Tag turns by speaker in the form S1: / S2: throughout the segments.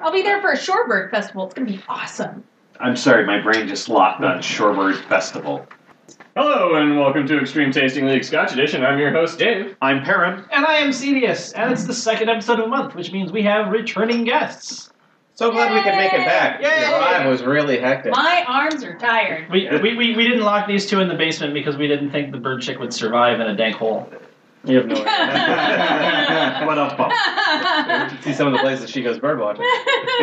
S1: I'll be there for a Shorebird Festival. It's gonna be awesome.
S2: I'm sorry, my brain just locked on Shorebird Festival.
S3: Hello and welcome to Extreme Tasting League Scotch Edition. I'm your host Dave.
S2: I'm Perrin.
S4: And I am Cedius, and it's the second episode of the month, which means we have returning guests.
S5: So glad we could make it back.
S4: Yay!
S5: The drive was really hectic.
S1: My arms are tired.
S4: We, we, we, we didn't lock these two in the basement because we didn't think the bird chick would survive in a dank hole.
S5: You have no idea.
S2: What up, bump?
S5: You can see some of the places she goes bird watching.
S1: Oh,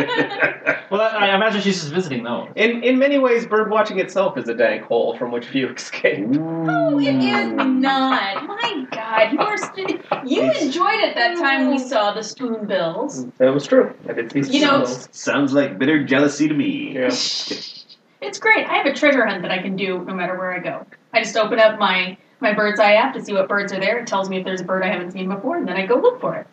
S4: Well, I, I imagine she's just visiting, though.
S5: In in many ways, bird watching itself is a dank hole from which few escape.
S1: No, Oh, it is not. My God, you were st- you enjoyed it that time we saw the spoonbills.
S5: That was true. I did see some
S1: You know-
S5: of those.
S2: Sounds like bitter jealousy to me.
S5: Yeah.
S1: It's great. I have a treasure hunt that I can do no matter where I go. I just open up my my bird's eye app to see what birds are there. It tells me if there's a bird I haven't seen before, and then I go look for it.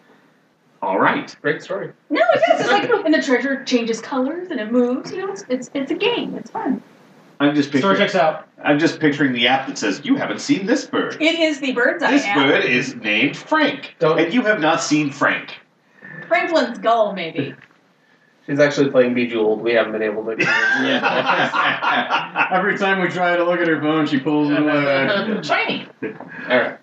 S2: All right.
S5: Great story.
S1: No, it does. It's like, and the treasure changes colors and it moves. You know, it's it's, it's a game. It's fun.
S2: I'm just
S4: Store
S2: picturing.
S4: checks out.
S2: I'm just picturing the app that says you haven't seen this bird.
S1: It is the bird's eye
S2: this
S1: app.
S2: bird is named Frank,
S5: Don't-
S2: and you have not seen Frank.
S1: Franklin's gull, maybe.
S5: She's actually playing Bejeweled. We haven't been able to.
S2: Yeah.
S3: Every time we try to look at her phone, she pulls it away.
S4: Shiny!
S5: All right.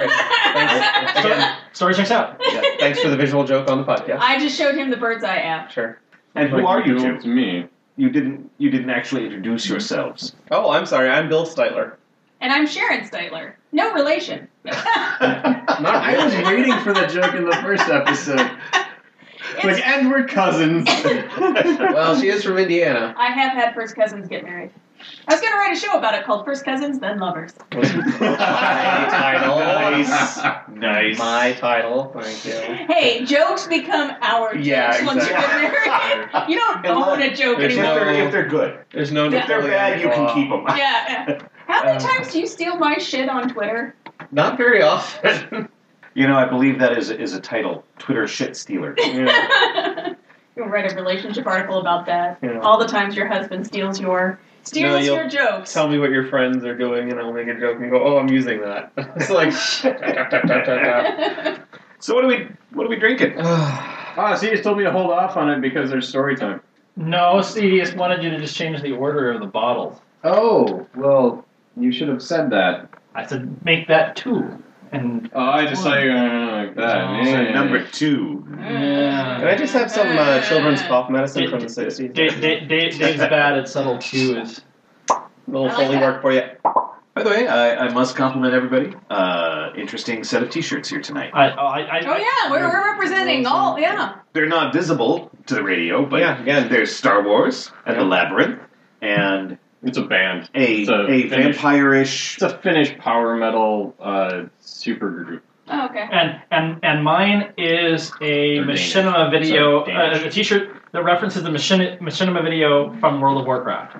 S5: Thanks. Again,
S4: Story checks out.
S5: yeah, thanks for the visual joke on the podcast.
S1: I just showed him the bird's eye app.
S5: Sure.
S2: and who are you two?
S3: It's me.
S2: You didn't. You didn't actually introduce yourselves.
S5: Oh, I'm sorry. I'm Bill Steitler.
S1: And I'm Sharon Steitler. No relation.
S5: Not
S3: I was
S5: really.
S3: waiting for the joke in the first episode. Like,
S1: It's-
S3: and we're cousins.
S5: Well, she is from Indiana.
S1: I have had first cousins get married. I was going to write a show about it called First Cousins, Then Lovers.
S5: title.
S2: Nice. Nice.
S5: My title. Thank you.
S1: Hey, jokes become our jokes
S5: Yeah,
S1: once you get
S2: exactly.
S1: married. You don't
S2: And
S1: own
S2: look,
S1: a joke
S5: there's
S2: If
S1: anymore.
S2: they're, if they're good.
S5: There's no.
S1: Yeah.
S2: If they're
S5: Napoleon
S2: bad, you can
S5: law.
S2: keep them.
S1: Yeah. How many
S5: Um,
S1: times do you steal my shit on Twitter?
S5: Not very often.
S2: You know, I believe that is is a title. Twitter shit stealer.
S1: You'll write a relationship article about that.
S5: Yeah.
S1: All the times your husband steals your steals
S5: you'll-
S1: your jokes.
S5: Tell me what your friends are doing, and I'll make a joke and go, "Oh, I'm using that." It's like.
S2: So what are we what are we drinking?
S3: Ah, see, he's told me to hold off on it because there's story time.
S4: No, Cedius wanted you to just change the order of the bottles.
S3: Oh, well, you should have said that.
S4: I said, make that two. And
S3: Oh, I just saw you going like that.
S4: Oh,
S3: man.
S2: So number two.
S5: Can I just have some uh, children's cough medicine from the
S4: Dave,
S5: 60s?
S4: Dave, Dave, Dave's bad at subtle cues.
S1: I
S5: little
S1: like
S5: Foley
S1: that.
S5: work for you.
S2: By the way, I, I must compliment everybody. Uh, interesting set of T-shirts here tonight.
S4: I, I, I,
S1: Oh yeah, we're, we're representing all. Yeah.
S2: They're not visible to the radio, but
S5: yeah, again,
S2: there's Star Wars and the
S5: Yeah.
S2: Labyrinth and
S3: It's a band.
S2: a
S3: It's a
S2: a
S3: Finnish-
S2: vampire-ish.
S3: It's a Finnish power metal uh, super group.
S1: Oh, okay.
S4: And and and mine is a
S3: They're
S4: machinima video,
S3: Sorry, Danish.
S4: uh, a T-shirt that references the machin- machinima video from World of Warcraft.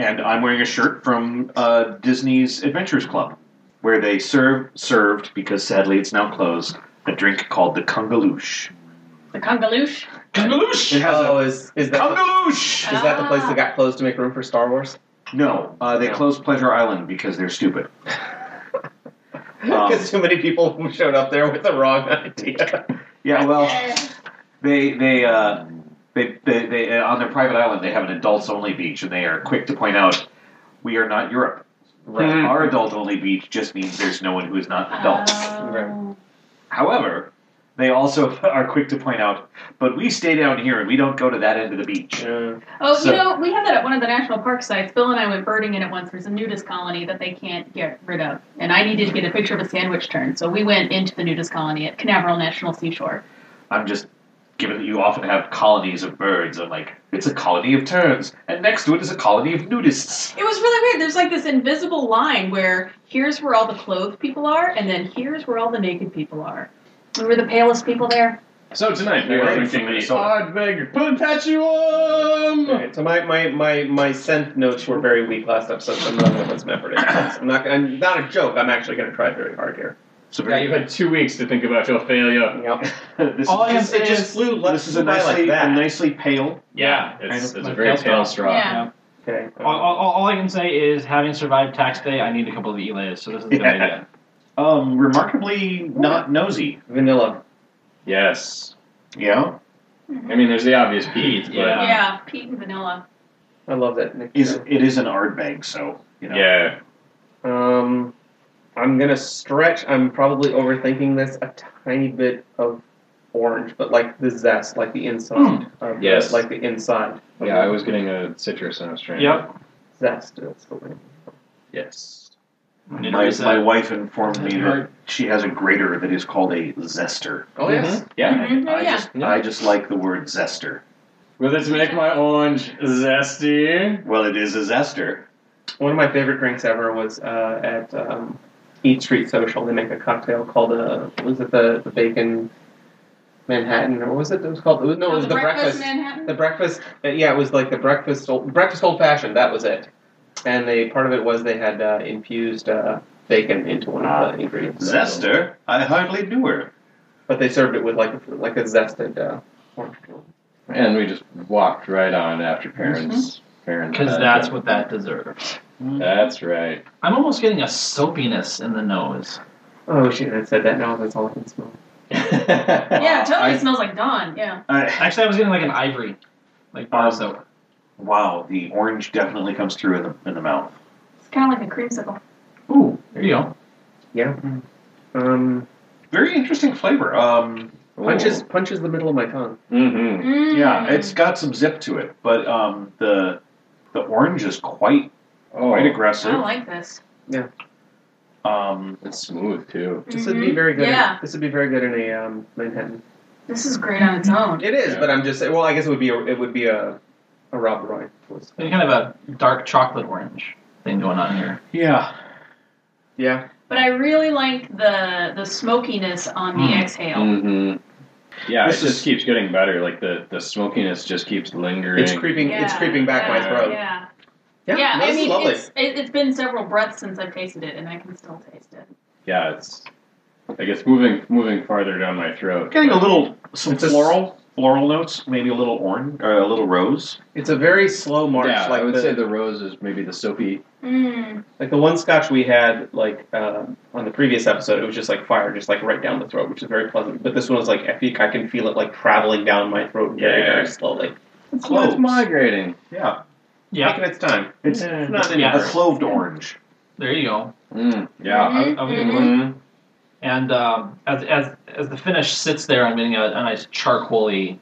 S2: And I'm wearing a shirt from uh, Disney's Adventures Club, where they serve served because sadly it's now closed a drink called the Kungaloosh.
S1: The Kungaloosh.
S2: It
S4: Kungaloosh.
S2: has a
S5: oh, is is that the,
S2: Kungaloosh.
S5: is that the place that got closed to make room for Star Wars?
S2: No, uh, they
S5: No.
S2: closed Pleasure Island because they're stupid.
S5: Because too many people who showed up there with the wrong idea.
S2: Yeah, well, they they uh, they they, they uh, on their private island they have an adults only beach, and they are quick to point out we are not Europe.
S5: Right.
S2: Our adult only beach just means there's no one who is not an adult.
S1: Oh.
S2: However, they also are quick to point out, but we stay down here and we don't go to that end of the beach.
S5: Hmm. Yeah.
S1: Oh,
S2: So-
S1: you know, we had that at one of the national park sites. Bill and I went birding in it once. There's a nudist colony that they can't get rid of, and I needed to get a picture of a sandwich turn, so we went into the nudist colony at Canaveral National Seashore.
S2: I'm just given that you often have colonies of birds. I'm like, it's a colony of terns, and next to it is a colony of nudists.
S1: It was really weird. There's like this invisible line where here's where all the clothed people are, and then here's where all the naked people are. We were the palest people there.
S3: So tonight we
S2: Yeah,
S3: are
S2: right,
S3: drinking the
S2: Minnesota.
S3: Oddbeg Perpetuum.
S5: All right, so my, my, my, my scent notes were very weak last episode, so I'm not going to put some effort into this. I'm not, I'm not a joke. I'm actually going to try very hard here.
S2: So
S3: Yeah,
S2: very
S3: you've had two weeks to think about your failure.
S5: Yep.
S2: this
S4: All I
S2: is,
S4: have-
S5: It just- it just flew le-
S2: this is a
S5: flew by
S2: nicely,
S5: like that.
S2: a nicely pale.
S3: Yeah, it's,
S2: Kind
S3: it's
S4: of
S3: a
S4: like
S3: very
S4: Tailstraw.
S3: pale straw.
S1: Yeah.
S5: Okay.
S4: All, all, all I can say is, having survived tax day, I need a couple of elays, so this is a good
S2: Yeah.
S4: idea.
S2: Um, remarkably not nosy.
S5: Vanilla.
S3: Yes.
S2: Yeah.
S3: I mean, there's the obvious Pete, but
S4: Yeah.
S1: yeah, Um, peat and vanilla.
S5: I love that. Nick.
S2: Is it is an Ardbeg, so you know.
S3: yeah.
S5: Um, I'm gonna stretch. I'm probably overthinking this a tiny bit of orange, but like the zest, like the inside. of the-
S3: Yes.
S5: like the inside. of
S3: Yeah, I
S5: the
S3: was getting a citrus and I was trying.
S4: Yep.
S5: Zest. That's the word.
S3: Yes.
S2: My,
S4: Uh,
S2: my wife informed me that she has a grater that is called a zester.
S5: Oh yes.
S3: Yeah.
S1: Mhm,
S2: I
S1: yeah.
S2: just I just like the word zester.
S3: Will this make my orange zesty?
S2: Well, it is a zester.
S5: One of my favorite drinks ever was uh, at um, Eat Street Social. They make a cocktail called uh, was it the, the bacon Manhattan or was it it was called it was, no it was
S1: the
S5: the breakfast
S1: Manhattan.
S5: The breakfast, uh, yeah, it was like the breakfast old breakfast old fashioned. That was it. And they part of it was they had uh, infused uh, bacon into one of the ingredients.
S2: Zester? I hardly knew her.
S5: But they served it with like like a zested uh, orange peel.
S3: And we just walked right on after parents. Parents.
S4: Because
S3: had
S4: that's
S3: it.
S4: what that deserves.
S3: That's right.
S4: I'm almost getting a soapiness in the nose.
S5: Oh shit! I said that now. That's all I can smell.
S1: yeah, it totally
S2: I-
S1: smells like Dawn. Yeah.
S2: I,
S4: Actually, I was getting like an ivory, like bar soap.
S2: wow, the orange definitely comes through in the in the mouth.
S1: It's kind of like a creamsicle.
S4: Ooh, there you go.
S5: Yeah. Um,
S2: Very interesting flavor. Um,
S5: punches punches the middle of my tongue.
S3: Mm-hmm.
S2: yeah,
S1: Hmm.
S2: it's got some zip to it, but um, the the orange is quite
S3: Oh,
S2: quite
S1: I
S2: aggressive.
S1: like this.
S2: Um,
S3: it's smooth too.
S5: This would be very good. in-
S1: Mm-hmm. Yeah.
S5: this would be very good in a um, Manhattan.
S1: This is great on its own.
S5: It is,
S3: Yeah.
S5: but I'm just well. I guess it would be a, it would be a a Rob Roy.
S4: There's kind of a dark chocolate orange thing going on here.
S2: yeah,
S5: Yeah.
S1: But I really like the the smokiness on the
S4: Mm.
S1: exhale.
S3: Mm-hmm. Yeah,
S2: This
S3: it
S2: is-
S3: just keeps getting better. Like the the smokiness just keeps lingering.
S5: It's creeping. It's
S1: Yeah,
S5: creeping back my
S1: yeah,
S5: throat.
S1: Yeah,
S5: Yeah,
S1: yeah.
S5: no,
S1: I
S5: this is
S1: mean,
S5: lovely.
S1: it's, it, it's been several breaths since I've tasted it, and I can still taste it.
S3: yeah, it's like it's moving moving farther down my throat.
S2: getting a little some
S5: It's a s-
S2: floral floral notes, maybe a little orange, or a little rose.
S5: It's a very slow march.
S3: Yeah,
S5: like
S3: I would
S5: the,
S3: say the rose is maybe the soapy.
S1: Mm.
S5: like the one scotch we had like uh, on the previous episode. It was just like fire, just like right down the throat, which is very pleasant. But this one was like I think I can feel it like traveling down my throat very
S3: Yeah.
S5: very slowly,
S3: Oh, It's,
S2: Cloves.
S3: it's migrating.
S2: Yeah,
S4: Yeah,
S5: taking its time.
S2: it's
S3: Yeah.
S5: It's not in
S4: Yeah.
S2: a
S5: a hurry.
S2: cloved orange.
S4: there you go.
S3: Mm, yeah.
S4: I,
S1: Mm-hmm.
S4: I was getting one.
S3: Mhm.
S4: And um, as, as as the finish sits there, I'm getting a, a nice charcoaly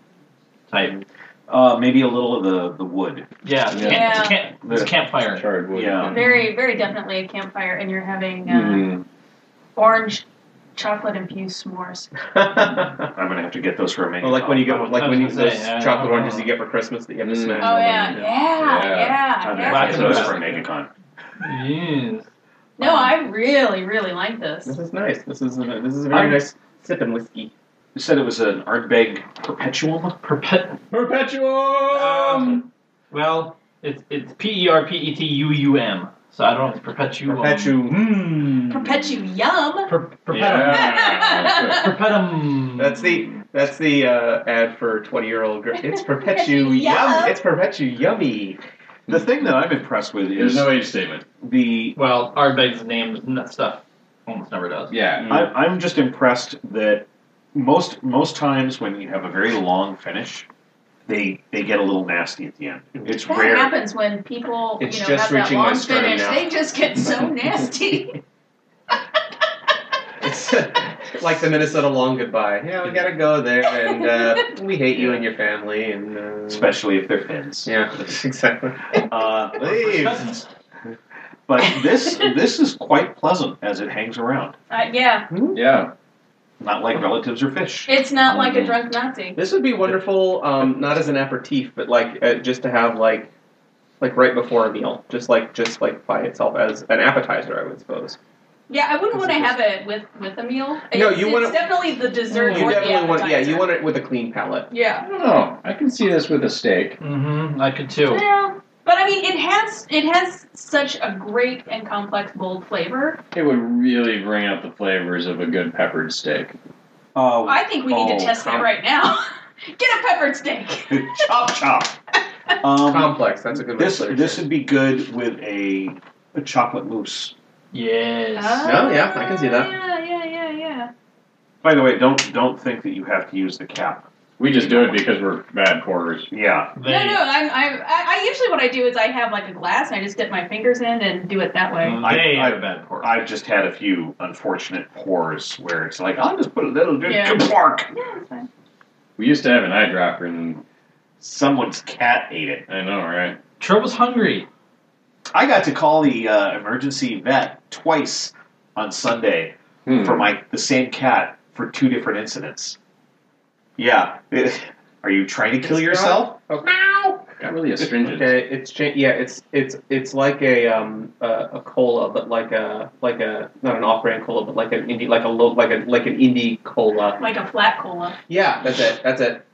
S4: type.
S2: Uh, maybe a little of the the wood.
S4: Yeah,
S3: Yeah.
S4: Camp, it's, camp, it's
S2: Yeah.
S4: campfire.
S3: Charred wood.
S2: Yeah.
S1: Mm-hmm. Very, very definitely a campfire, and you're having uh,
S5: Mm-hmm.
S3: Mhm.
S1: orange chocolate infused s'mores.
S2: I'm gonna have to get those for a menu.
S5: Well, like when you
S4: I
S5: get
S4: was
S5: like when you
S4: gonna
S5: those
S4: say, yeah, I
S5: chocolate
S4: don't
S5: oranges
S4: know.
S5: you get for Christmas that you have to
S3: Mm.
S5: smash.
S1: Oh
S5: open.
S1: yeah, yeah,
S3: Yeah.
S1: yeah.
S2: I'm
S1: yeah.
S2: gonna have to get
S4: Black
S2: those
S4: and
S2: for a
S4: white.
S2: MegaCon.
S4: Yes.
S1: No, I really, really like this.
S5: This is nice. This is a, this is a very
S2: I'm-
S5: nice sip and whiskey.
S2: You said it was an Ardbeg Perpetuum.
S4: Perpet-
S3: Perpetuum.
S4: well, it's it's P E R P E T U U M. So I don't know. It's perpetuum.
S5: Perpetuum.
S1: Mm-hmm. Perpetuum yum.
S4: Per- perpetuum.
S3: Yeah.
S4: Perpetuum.
S5: That's the that's the uh, ad for twenty year old. Gr- it's perpetu
S1: Yum.
S5: yum. It's perpetu yummy.
S2: The thing that I'm impressed with
S3: There's
S2: is
S3: no age statement.
S2: the.
S4: well, Ardbeg's name and that stuff almost never does.
S3: Yeah.
S2: I, I'm just impressed that most most times when you have a very long finish, they they get a little nasty at the end. It's
S1: That
S2: rare.
S1: happens when people
S5: It's
S1: you know
S5: just
S1: have that
S5: reaching my
S1: long
S5: sternum
S1: finish.
S5: now.
S1: They just get so nasty.
S5: It's like the Minnesota long goodbye. Yeah, we gotta go there, and uh, we hate you and your family, and uh,
S2: Especially if they're fins.
S5: yeah, exactly.
S2: Uh, leave.
S4: Cousins.
S2: But this this is quite pleasant as it hangs around.
S1: uh, yeah,
S3: Yeah.
S2: Not like relatives or fish.
S1: it's not like a
S5: Mm-hmm.
S3: Mhm.
S1: drunk Nazi.
S5: This would be wonderful, um, not as an aperitif, but like uh, just to have like like right before a meal, just like just like by itself as an appetizer, I would suppose.
S1: Yeah, I wouldn't want to have it with with a meal.
S5: No,
S1: It's-
S5: you
S1: it's
S5: wanna- Mm,
S1: definitely the
S5: You
S1: dessert. or
S5: definitely
S1: the
S5: want, yeah, you
S1: appetizer.
S5: want it with a clean palate.
S1: Yeah.
S3: I don't know. I can see this with a steak.
S4: Mm-hmm. I could too.
S1: Yeah, but I mean, it has it has such a great and complex bold flavor.
S3: It would really bring out the flavors of a good peppered steak.
S2: Oh,
S1: I think we need
S2: oh,
S1: to test that
S2: com-
S1: right now. Get a peppered steak.
S2: chop chop. Um,
S5: Complex. That's a good.
S2: this
S5: word.
S2: this would be good with a, a chocolate mousse.
S4: Yes.
S5: No, Oh, yeah, I can see that.
S1: Yeah, yeah, yeah, yeah.
S2: By the way, don't don't think that you have to use the cap.
S3: We just do it because we're bad porters.
S2: Yeah.
S4: They,
S1: No, no. I'm, I'm, I, I usually what I do is I have like a glass and I just dip my fingers in and do it that way.
S4: They
S2: I-
S4: are bad pork.
S2: I've just had a few unfortunate pours where it's like, I'll just put a little bit
S1: Yeah.
S2: of pork.
S1: Yeah, that's fine.
S3: We used to have an eyedropper, and
S2: Someone's cat ate it.
S3: I know, right?
S4: Trope was hungry.
S2: I got to call the uh, emergency vet twice on Sunday
S3: Hmm.
S2: for my the same cat for two different incidents. Yeah. Are you trying to kill
S5: It's
S2: yourself?
S5: Okay.
S3: got really astringent.
S5: Okay, it's cha- yeah, it's it's it's like a um a, a cola, but like a like a not an off-brand cola, but like an indie like a low like a like an indie cola.
S1: Like a flat cola.
S5: Yeah, that's it. That's it.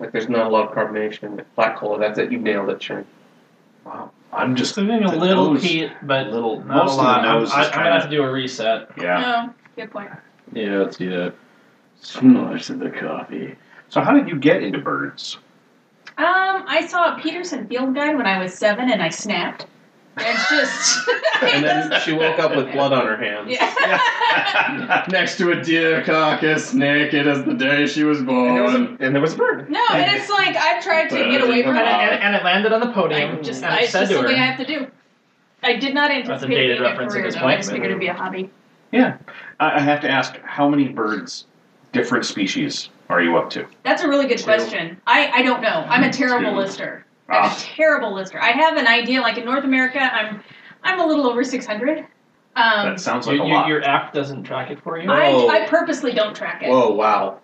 S5: Like there's not a lot of carbonation. in Black cola. That's it. You nailed it, Sharon.
S2: Wow. I'm just
S4: Just leaving a
S2: the
S4: little
S2: nose-
S4: peat, but
S2: little.
S4: not
S2: Most
S4: a lot.
S2: of the nose
S4: I'm,
S2: is
S4: I'm gonna
S2: kind
S4: have
S2: of.
S4: to do a reset.
S2: Yeah.
S1: No, good point. Um,
S3: Yeah, let's do that.
S2: Smush in the coffee. So, how did you get into birds?
S1: Um, I saw a Peterson Field Guide when I was seven, and I snapped. It's just.
S5: And then she woke up with blood on her hands.
S1: yeah.
S3: Next to a deer carcass, naked as the day she was
S5: And there was
S3: born.
S5: a, and there was a bird.
S1: No, and it's like I've tried to get away from it.
S4: And,
S1: I,
S4: and it landed on the podium.
S1: I just,
S4: and
S1: I, it's
S4: said
S1: just
S4: to her,
S1: something I have to do. I did not anticipate
S4: That's a
S1: it
S4: dated
S1: being
S4: reference
S1: a
S4: at
S1: career,
S4: this
S1: though. I
S4: point,
S1: just
S4: but-
S1: figured it'd be a hobby.
S2: I I have to ask, how many birds, different species, are you up to?
S1: That's a really good
S5: Two.
S1: question. I, I don't know.
S4: Mm-hmm.
S1: I'm a terrible
S3: Two.
S1: lister.
S4: Ah.
S1: I'm a terrible lister. I have an idea. Like in North America, I'm I'm a little over 600. Um,
S2: that sounds like
S4: your,
S2: a
S4: your,
S2: lot.
S4: your app doesn't track it for you.
S1: I,
S5: Whoa.
S1: I purposely don't track it
S5: Whoa! Wow.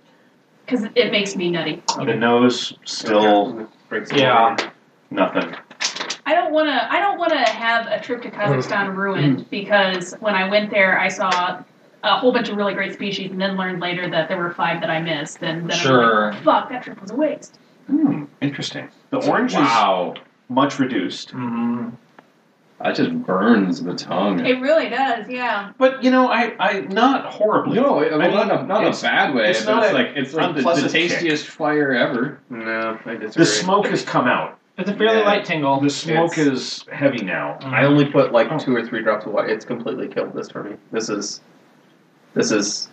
S1: because it makes me nutty.
S2: the nose still
S5: Breaks it
S4: Yeah.
S5: down.
S2: nothing.
S1: I don't want to. I don't want to have a trip to Kazakhstan
S4: Mm-hmm.
S1: ruined because when I went there, I saw a whole bunch of really great species, and then learned later that there were five that I missed. And then
S4: Sure.
S1: I'm like, fuck, that trip was a waste.
S2: Hmm, interesting. The orange
S3: Wow.
S2: is much reduced,
S4: Mm-hmm.
S3: That just burns the tongue.
S1: It really does, yeah.
S2: but you know, I, I not horribly.
S3: No, it,
S2: I mean,
S3: not, in a, not in a
S2: it's-
S3: bad way.
S2: it's
S3: but
S2: not
S3: it's
S2: a
S3: like it's like the, the
S2: unpleasant
S3: tastiest fire ever.
S5: No, I disagree.
S2: The smoke has come out.
S4: It's a fairly
S2: Yeah.
S4: light tingle.
S2: The smoke
S5: It's-
S2: is heavy now.
S5: I only put like
S2: Oh.
S5: two or three drops of water. It's completely killed this for me. This is, this is,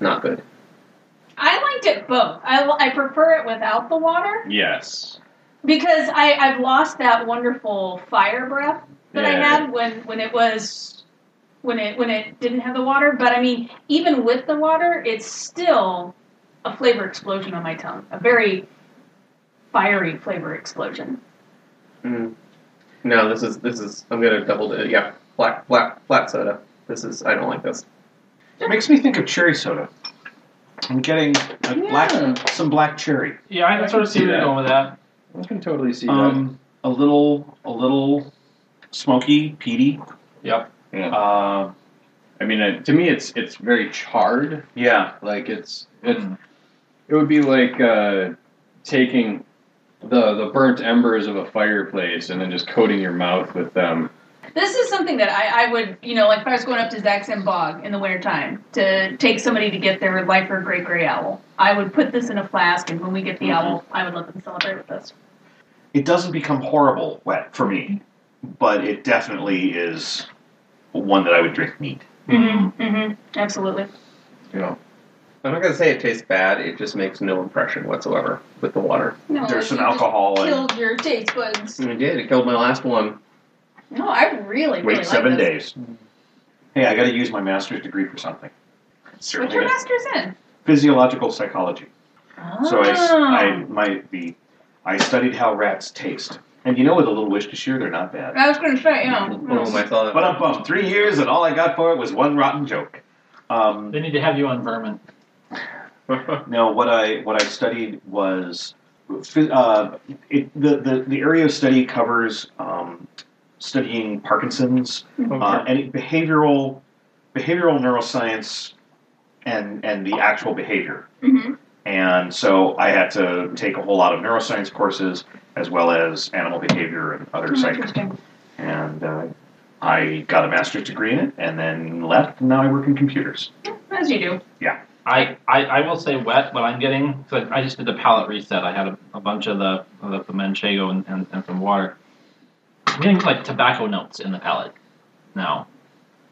S5: not good.
S1: I liked it both. I, I prefer it without the water
S3: Yes.
S1: because I, I've lost that wonderful fire breath that I
S3: Yeah.
S1: had when, when it was when it when it didn't have the water. But I mean, even with the water, it's still a flavor explosion on my tongue. A very fiery flavor explosion.
S5: Mm. No, this is this is. I'm gonna double it. Yeah, black black flat soda. This is. I don't like this.
S2: It makes me think of cherry soda. I'm getting a
S3: Yeah.
S2: black, some black cherry.
S4: Yeah, I can sort of see
S3: See
S4: where you're
S3: that.
S4: going with that.
S3: I can totally see
S2: Um, a little, a little smoky, peaty.
S4: Yep.
S3: Yeah.
S2: Uh,
S3: I mean, uh, to me, it's it's very charred.
S2: yeah,
S3: Like it's it,
S2: Mm.
S3: it would be like uh, taking the the burnt embers of a fireplace and then just coating your mouth with them.
S1: This is something that I, I would, you know, like if I was going up to Zaxxon Bog in the wintertime to take somebody to get their lifer great gray owl, I would put this in a flask, and when we get the
S2: Mhm.
S1: owl, I would let them celebrate with us.
S2: it doesn't become horrible wet for me, but it definitely is one that I would drink neat.
S1: Mm-hmm. Mm-hmm. Absolutely.
S3: You know,
S5: I'm not gonna say it tastes bad. It just makes no impression whatsoever with the water.
S1: No,
S2: There's some
S1: Oh, you just
S2: alcohol Mm. and
S1: Killed your taste buds.
S5: And it did. It killed my last one.
S1: No, I really, really
S2: wait
S1: like
S2: seven
S1: this.
S2: days. Hey, I got to use my master's degree for something.
S1: What's
S2: Certainly,
S1: your
S2: not-
S1: master's in?
S2: physiological psychology. So I, s-
S1: Oh.
S2: I my the I studied how rats taste, and you know, with a little wish to year, they're not bad.
S1: I was going to say, yeah.
S2: Mm-hmm.
S5: Boom! I saw
S2: But
S5: that.
S2: I'm bummed. Three years, and all I got for it was one rotten joke. Um,
S4: They need to have you on vermin.
S2: No, what I what I studied was uh, it, the, the the area of study covers um, studying Parkinson's uh, and behavioral behavioral neuroscience and and the actual behavior.
S1: hmm
S2: And so I had to take a whole lot of neuroscience courses as well as animal behavior and other
S3: Mm-hmm.
S2: psych.
S1: Interesting.
S2: And uh, I got a master's degree in it and then left. And now I work in computers.
S1: As you do.
S4: I, I, I will say wet what I'm getting. So I just did the palate reset. I had a, a bunch of the the, the manchego and, and, and some water. I'm getting like tobacco notes in the palate now.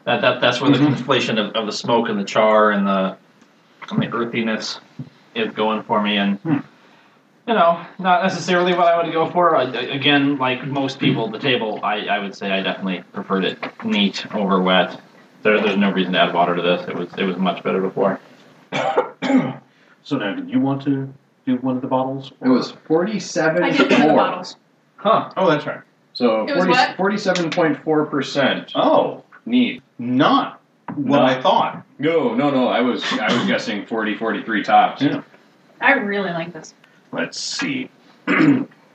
S4: That, that that's where the
S2: Mhm.
S4: conflation of, of the smoke and the char and the and the earthiness is going for me. And
S2: Hmm.
S4: you know, not necessarily what I would go for. I, I- again, like most people at the table, I, I would say I definitely preferred it neat over wet. There, there's no reason to add water to this. It was it was much better before.
S2: So now, did you want to do one of the bottles?
S3: It was forty-seven
S1: I did one of the bottles.
S4: Huh.
S5: Oh, that's right.
S3: So
S1: It was what?
S3: forty-seven point four percent
S2: Oh,
S3: need.
S2: not what
S3: No.
S2: I thought.
S3: No, no, no. I was I was guessing 40, 43 tops.
S2: Yeah.
S1: I really like this.
S2: Let's see.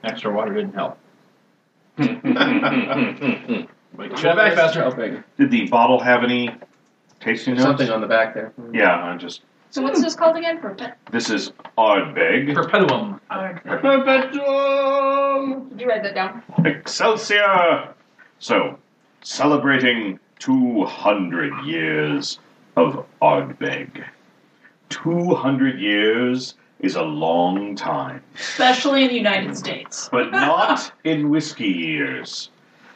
S4: Extra water didn't help.
S3: Did
S4: Like, Go back faster.
S5: How big?
S2: Did the bottle have any tasting
S5: There's
S2: notes?
S5: something on the back there.
S2: Yeah, I just.
S1: So
S2: Hmm.
S1: what's this called again? Perpet-
S2: This is Ardbeg.
S4: Perpetuum.
S1: Did you write that down?
S2: Excelsior! So, celebrating 200 years of Ardbeg. 200 years is a long time,
S1: Especially in the United States.
S2: but not in whiskey years.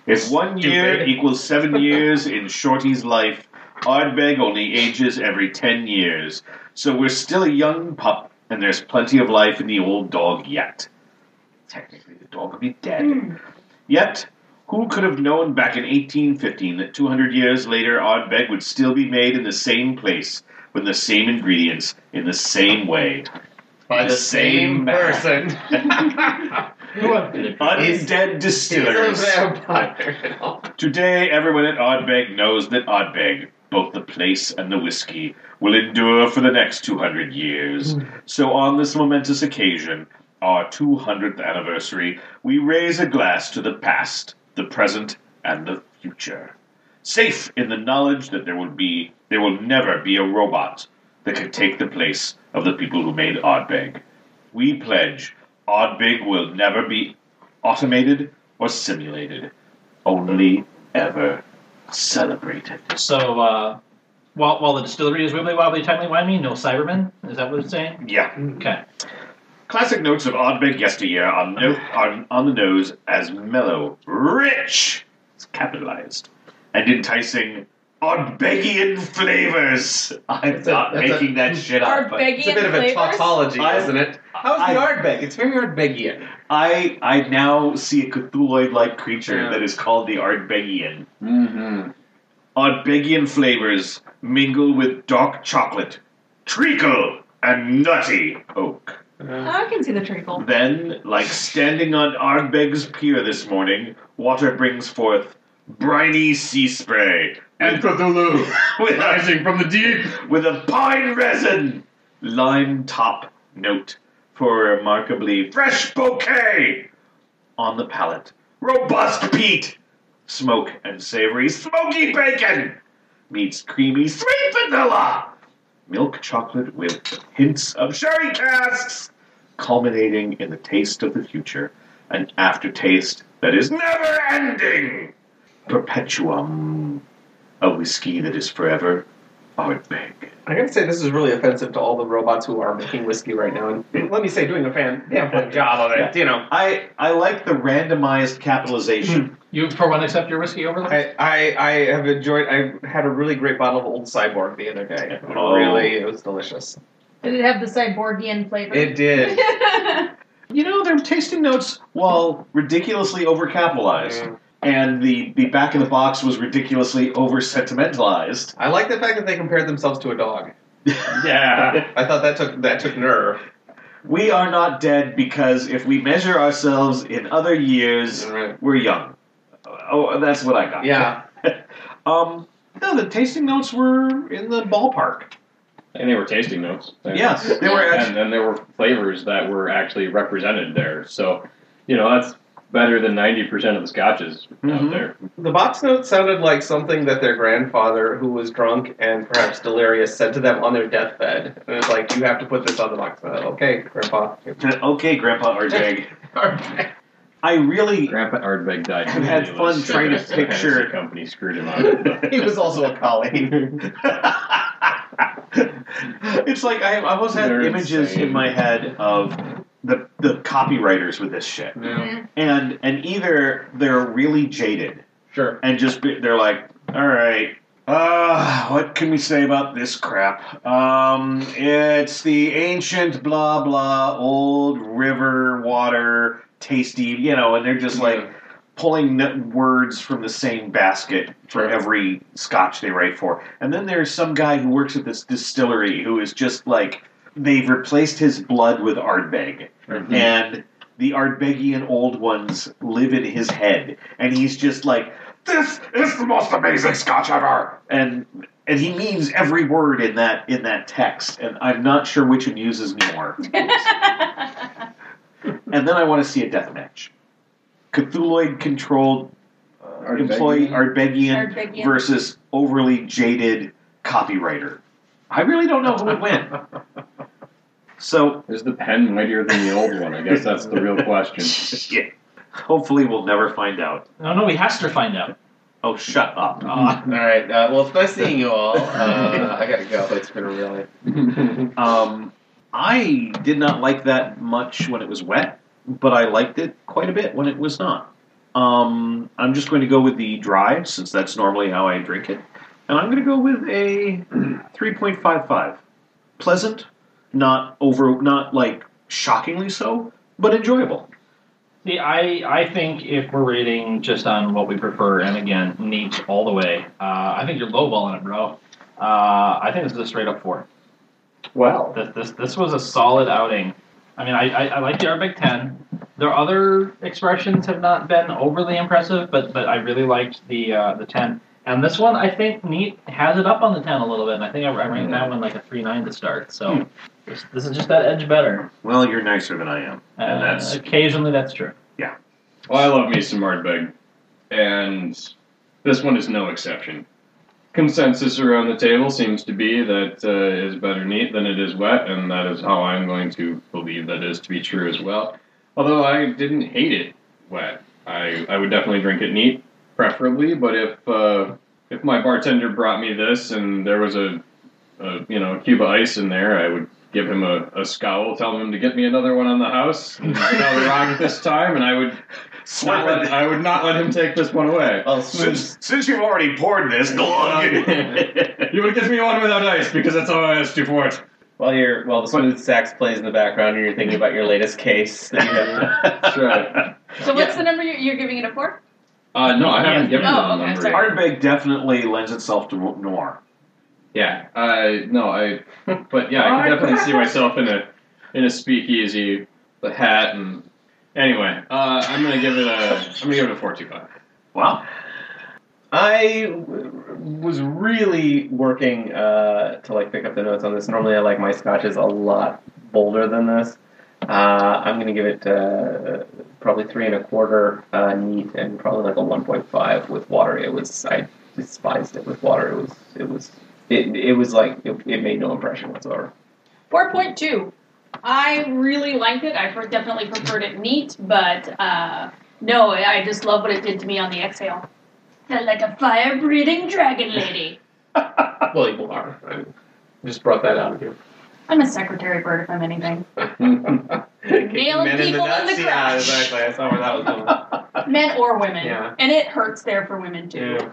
S2: If one year
S5: Stupid.
S2: equals seven years in Shorty's life, Ardbeg only ages every 10 years. So we're still a young pup, and there's plenty of life in the old dog yet. Technically, the dog would be dead.
S1: Hmm.
S2: Yet, who could have known back in 1815 that 200 years later Ardbeg would still be made in the same place with the same ingredients in the same way?
S5: By the same person.
S2: Undead distillers. Today, everyone at Ardbeg knows that Ardbeg, both the place and the whiskey, will endure for the next 200 years. So, on this momentous occasion, our 200th anniversary, we raise a glass to the past, the present, and the future. Safe in the knowledge that there will be, there will never be a robot that can take the place of the people who made Ardbeg. We pledge Ardbeg will never be automated or simulated only ever celebrated.
S4: So uh, while while the distillery is wibbly wobbly, timely wimey, no Cybermen. Is that what it's saying?
S2: Yeah.
S4: Okay.
S2: Classic notes of Ardbeg yesteryear are, no, are on the nose as mellow, rich, it's capitalized, and enticing Ardbegian flavors. I'm
S5: That's a-
S2: not
S5: that's a-
S2: making that shit up. but
S1: Ardbegian
S5: It's a bit of a
S1: flavors?
S5: tautology,
S2: I-
S5: isn't it? How's the
S2: I-
S5: Ardbeg? It's very Ardbegian.
S2: I I now see a Cthulhoid-like creature
S5: Yeah.
S2: that is called the Ardbegian.
S3: Mm-hmm.
S2: Ardbegian flavors mingle with dark chocolate, treacle, and nutty oak.
S1: Oh, I can see the treacle.
S2: Then, like standing on Ardbeg's pier this morning, water brings forth briny sea spray and
S3: Cthulhu
S2: with a,
S3: from the deep.
S2: with a pine resin lime top note for a remarkably fresh bouquet on the palate. Robust peat, smoke and savory smoky bacon meets creamy sweet vanilla, milk chocolate with hints of sherry casks culminating in the taste of the future, an aftertaste that is never ending. Perpetuum, a whiskey that is forever Ardbeg.
S5: I gotta say, this is really offensive to all the robots who are making whiskey right now. And let me say, doing a fan damn good job of it. You know,
S2: I I like the randomized
S5: Hmm.
S2: capitalization.
S4: You for one accept your whiskey over them?
S5: I, I I have enjoyed. I had a really great bottle of Old Cyborg the other day.
S2: Oh.
S5: Really, it was delicious.
S1: Did it have the cyborgian flavor?
S5: It did.
S2: you know, their tasting notes, while ridiculously overcapitalized, and the the back of the box was ridiculously over sentimentalized.
S5: I like the fact that they compared themselves to a dog.
S2: Yeah.
S5: I thought that took that took nerve.
S2: We are not dead because if we measure ourselves in other years,
S5: Right.
S2: we're young. Oh, that's what I got.
S5: Yeah,
S2: Um, no, the tasting notes were in the ballpark.
S3: And they were tasting notes.
S2: Yeah, they were actually.
S3: And then there were flavors that were actually represented there. So, you know, that's better than 90% of the scotches
S2: Mhm.
S3: out there.
S5: the box note sounded like something that their grandfather, who was drunk and perhaps delirious, said to them on their deathbed. And it's like, you have to put this on the box note. Okay, grandpa.
S2: Okay, Grandpa Ardbeg. I really.
S3: Grandpa Ardbeg died.
S2: I've had
S3: when he
S2: fun
S3: was
S2: trying to
S3: sick, and his
S2: picture-
S3: company screwed him out.
S5: he was also a collie.
S2: it's like I, I almost had
S3: They're
S2: images
S3: insane.
S2: in my head of the the copywriters with this shit,
S1: Mhm.
S2: and and either they're really jaded
S5: Sure.
S2: and just be, they're like, all right, Uh, what can we say about this crap? Um, it's the ancient blah blah old river water tasty, you know, and they're just like pulling n- words from the same basket for
S5: Right.
S2: every scotch they write for. And then there's some guy who works at this distillery who is just like they've replaced his blood with Ardbeg and the Ardbegian old ones live in his head, and he's just like, "This is the most amazing Scotch ever," and and he means every word in that in that text, and I'm not sure which one uses more. and then I want to see a death match, Cthulhuid controlled uh,
S3: Ardbegian.
S2: employee Ardbegian
S1: Ardbegian.
S2: versus overly jaded copywriter. I really don't know who would win. So
S3: Is the pen mightier than the old one? I guess that's the real question.
S2: yeah. Hopefully, we'll never find out.
S4: No, no, he has to find out.
S2: Oh, shut up.
S4: Ah,
S5: All right. Uh, well, it's nice seeing you all. Uh, I gotta go. It's been a really.
S2: Um, I did not like that much when it was wet, but I liked it quite a bit when it was not. Um, I'm just going to go with the dry, since that's normally how I drink it. And I'm going to go with a 3.55. Pleasant, not over, not like shockingly so, but enjoyable.
S4: see, I, I think if we're rating just on what we prefer, and again, neat all the way, uh, I think you're lowballing it, bro. Uh, I think this is a straight up four.
S5: Wow.
S4: This, this, this was a solid outing. I mean, I, I, I like the Arabic 10. Their other expressions have not been overly impressive, but, but I really liked the uh, the 10. And this one, I think Neat has it up on the 10 a little bit, and I think I, I ranked that one like a 3.9 to start. So this, this is just that edge better.
S2: Well, you're nicer than I am. And
S4: Uh,
S2: that's-
S4: occasionally that's true.
S3: Well, I love me some Ardbeg, and this one is no exception. Consensus around the table seems to be that uh, is better neat than it is wet, and that is how I'm going to believe that is to be true as well. Although I didn't hate it wet, I, I would definitely drink it neat, preferably. But if uh, if my bartender brought me this and there was a, a you know cube of ice in there, I would give him a, a scowl, tell him to get me another one on the house, another rock this time, and I would not let- I would not let him take this one away.
S5: I'll
S2: Since, since you've already poured this, go on.
S3: You would give me one without ice because that's all I asked you for it.
S5: While you're while the smooth sax plays in the background and you're thinking about your latest case. That you have.
S2: That's
S3: right.
S1: So what's the number you're, you're giving it a four?
S3: Uh, no, I haven't given
S1: Oh,
S3: him a
S1: okay,
S3: number.
S1: sorry.
S3: yet.
S2: Ardbeg definitely lends itself to noir.
S3: Yeah, uh, no, I. But yeah, I can definitely see myself in a in a speakeasy, the hat, and anyway, uh, I'm gonna give it a I'm gonna give it a four two five.
S2: Wow.
S5: I w- was really working uh, to like pick up the notes on this. Normally, I like my scotches a lot bolder than this. Uh, I'm gonna give it uh, probably three and a quarter uh, neat, and probably like a 1.5 with water. It was I despised it with water. It was it was it, it was like it, it made no impression whatsoever.
S1: 4.2. I really liked it. I pre- definitely preferred it neat, but uh, no, I just love what it did to me on the exhale. Felt like a fire breathing dragon lady.
S5: Well, you are. I just brought that out of you.
S1: I'm a secretary bird if I'm anything. Nailing
S5: Men in the
S1: people in
S5: nuts.
S1: the
S5: yeah,
S1: crotch.
S5: exactly. I saw where that was going.
S1: Men or women.
S5: Yeah.
S1: And it hurts there for women too.
S5: Yeah.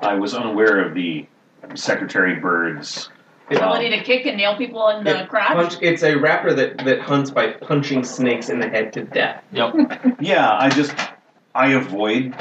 S2: I was unaware of the Secretary um, Bird's.
S1: Ability to kick and nail people in the
S5: It
S1: crotch.
S5: punch- it's a rapper that, that hunts by punching snakes in the head to death.
S4: Yep.
S2: Yeah, I just I avoid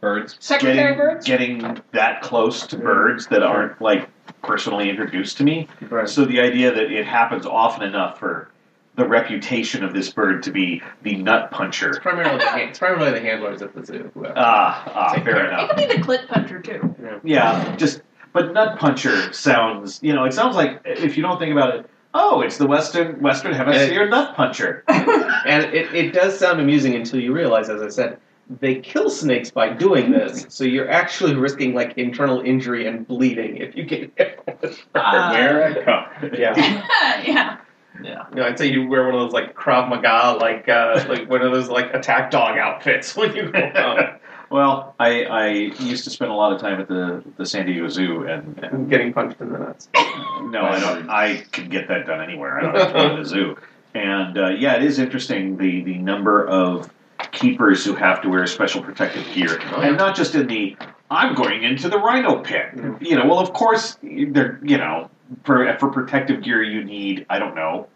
S3: Birds.
S1: Secretary
S2: getting
S1: birds?
S2: getting that close to birds that aren't like personally introduced to me.
S5: Right.
S2: So the idea that it happens often enough for the reputation of this bird to be the nut
S5: It's
S2: puncher.
S5: primarily the, hand, it's primarily the handlers at the zoo. who have-
S2: Ah, ah,
S5: Take
S2: fair
S5: care.
S1: It
S2: enough.
S1: could be the clit puncher too.
S2: Yeah, just but nut puncher sounds. You know, it sounds like if you don't think about it, oh, it's the western Western Hemisphere nut puncher.
S5: And it, it does sound amusing until you realize, as I said, they kill snakes by doing this. So you're actually risking like internal injury and bleeding if you get hit.
S3: Wear a
S2: Ah.
S3: cup.
S5: yeah.
S1: yeah.
S5: You know, I'd say you wear one of those like Krav Maga, like uh, like one of those like attack dog outfits when you go out
S2: well, I, I used to spend a lot of time at the, the San Diego Zoo, and
S5: and getting punched in the nuts.
S2: no, I don't. I can get that done anywhere. I don't have to go to the zoo. And uh, yeah, it is interesting the the number of keepers who have to wear special protective gear, and not just in the I'm going into the rhino pit. You know, well, of course they're you know for for protective gear you need I don't know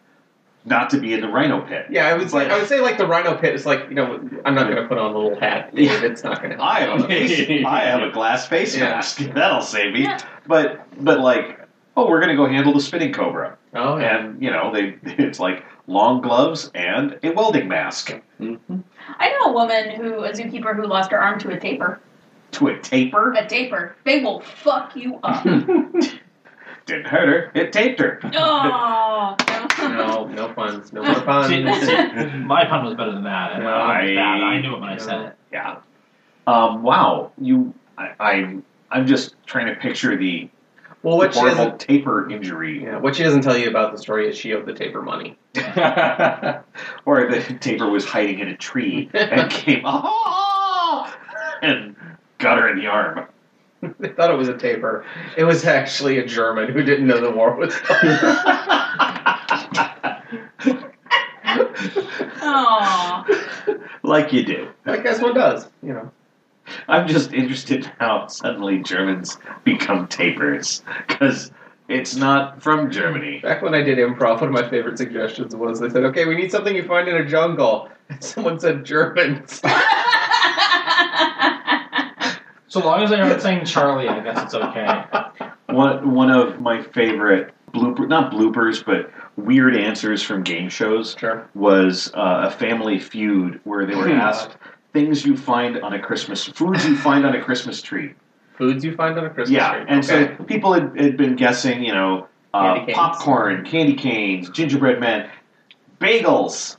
S2: not to be in the rhino pit.
S5: Yeah, I would like I would say like the rhino pit is like you know I'm not gonna put on a little hat. dude.
S2: Yeah.
S5: It's not gonna.
S2: I have a face, I have a glass face
S5: Yeah.
S2: mask. That'll save me.
S1: Yeah.
S2: But but like oh we're gonna go handle the spinning cobra
S5: Oh yeah.
S2: and you know they it's like long gloves and a welding mask
S1: I know a woman who, a zookeeper who lost her arm to a taper.
S2: to a taper.
S1: A taper. They will fuck you up.
S2: Didn't hurt her. It taped her.
S1: oh.
S5: No, no puns. No more puns.
S4: See, see, my pun was better than that. and I,
S2: I-
S4: I knew it when I said it.
S2: Yeah. Um, wow. You. I, I. I'm just trying to picture the,
S5: well, what she
S2: horrible
S5: doesn't.
S2: taper injury,
S5: Yeah, what she doesn't tell you about the story is she owed the taper money.
S2: or the taper was hiding in a tree and came oh, and got her in the arm.
S5: they thought it was a taper. It was actually a German who didn't know the war was.
S1: Aw.
S2: like you do.
S5: I guess one does. You know.
S2: I'm just interested in how suddenly Germans become tapers because it's not from Germany.
S5: Back when I did improv, one of my favorite suggestions was they said, "Okay, we need something you find in a jungle." And someone said Germans.
S4: So long as I aren't saying Charlie, I guess it's okay.
S2: One one of my favorite blooper, not bloopers, but weird answers from game shows
S5: Sure.
S2: was uh, a Family Feud where they were asked things you find on a Christmas foods you find on a Christmas tree.
S5: Foods you find on a Christmas
S2: yeah,
S5: tree.
S2: and
S5: okay.
S2: so people had, had been guessing, you know, uh,
S5: Candy canes.
S2: popcorn, candy canes, gingerbread men, bagels.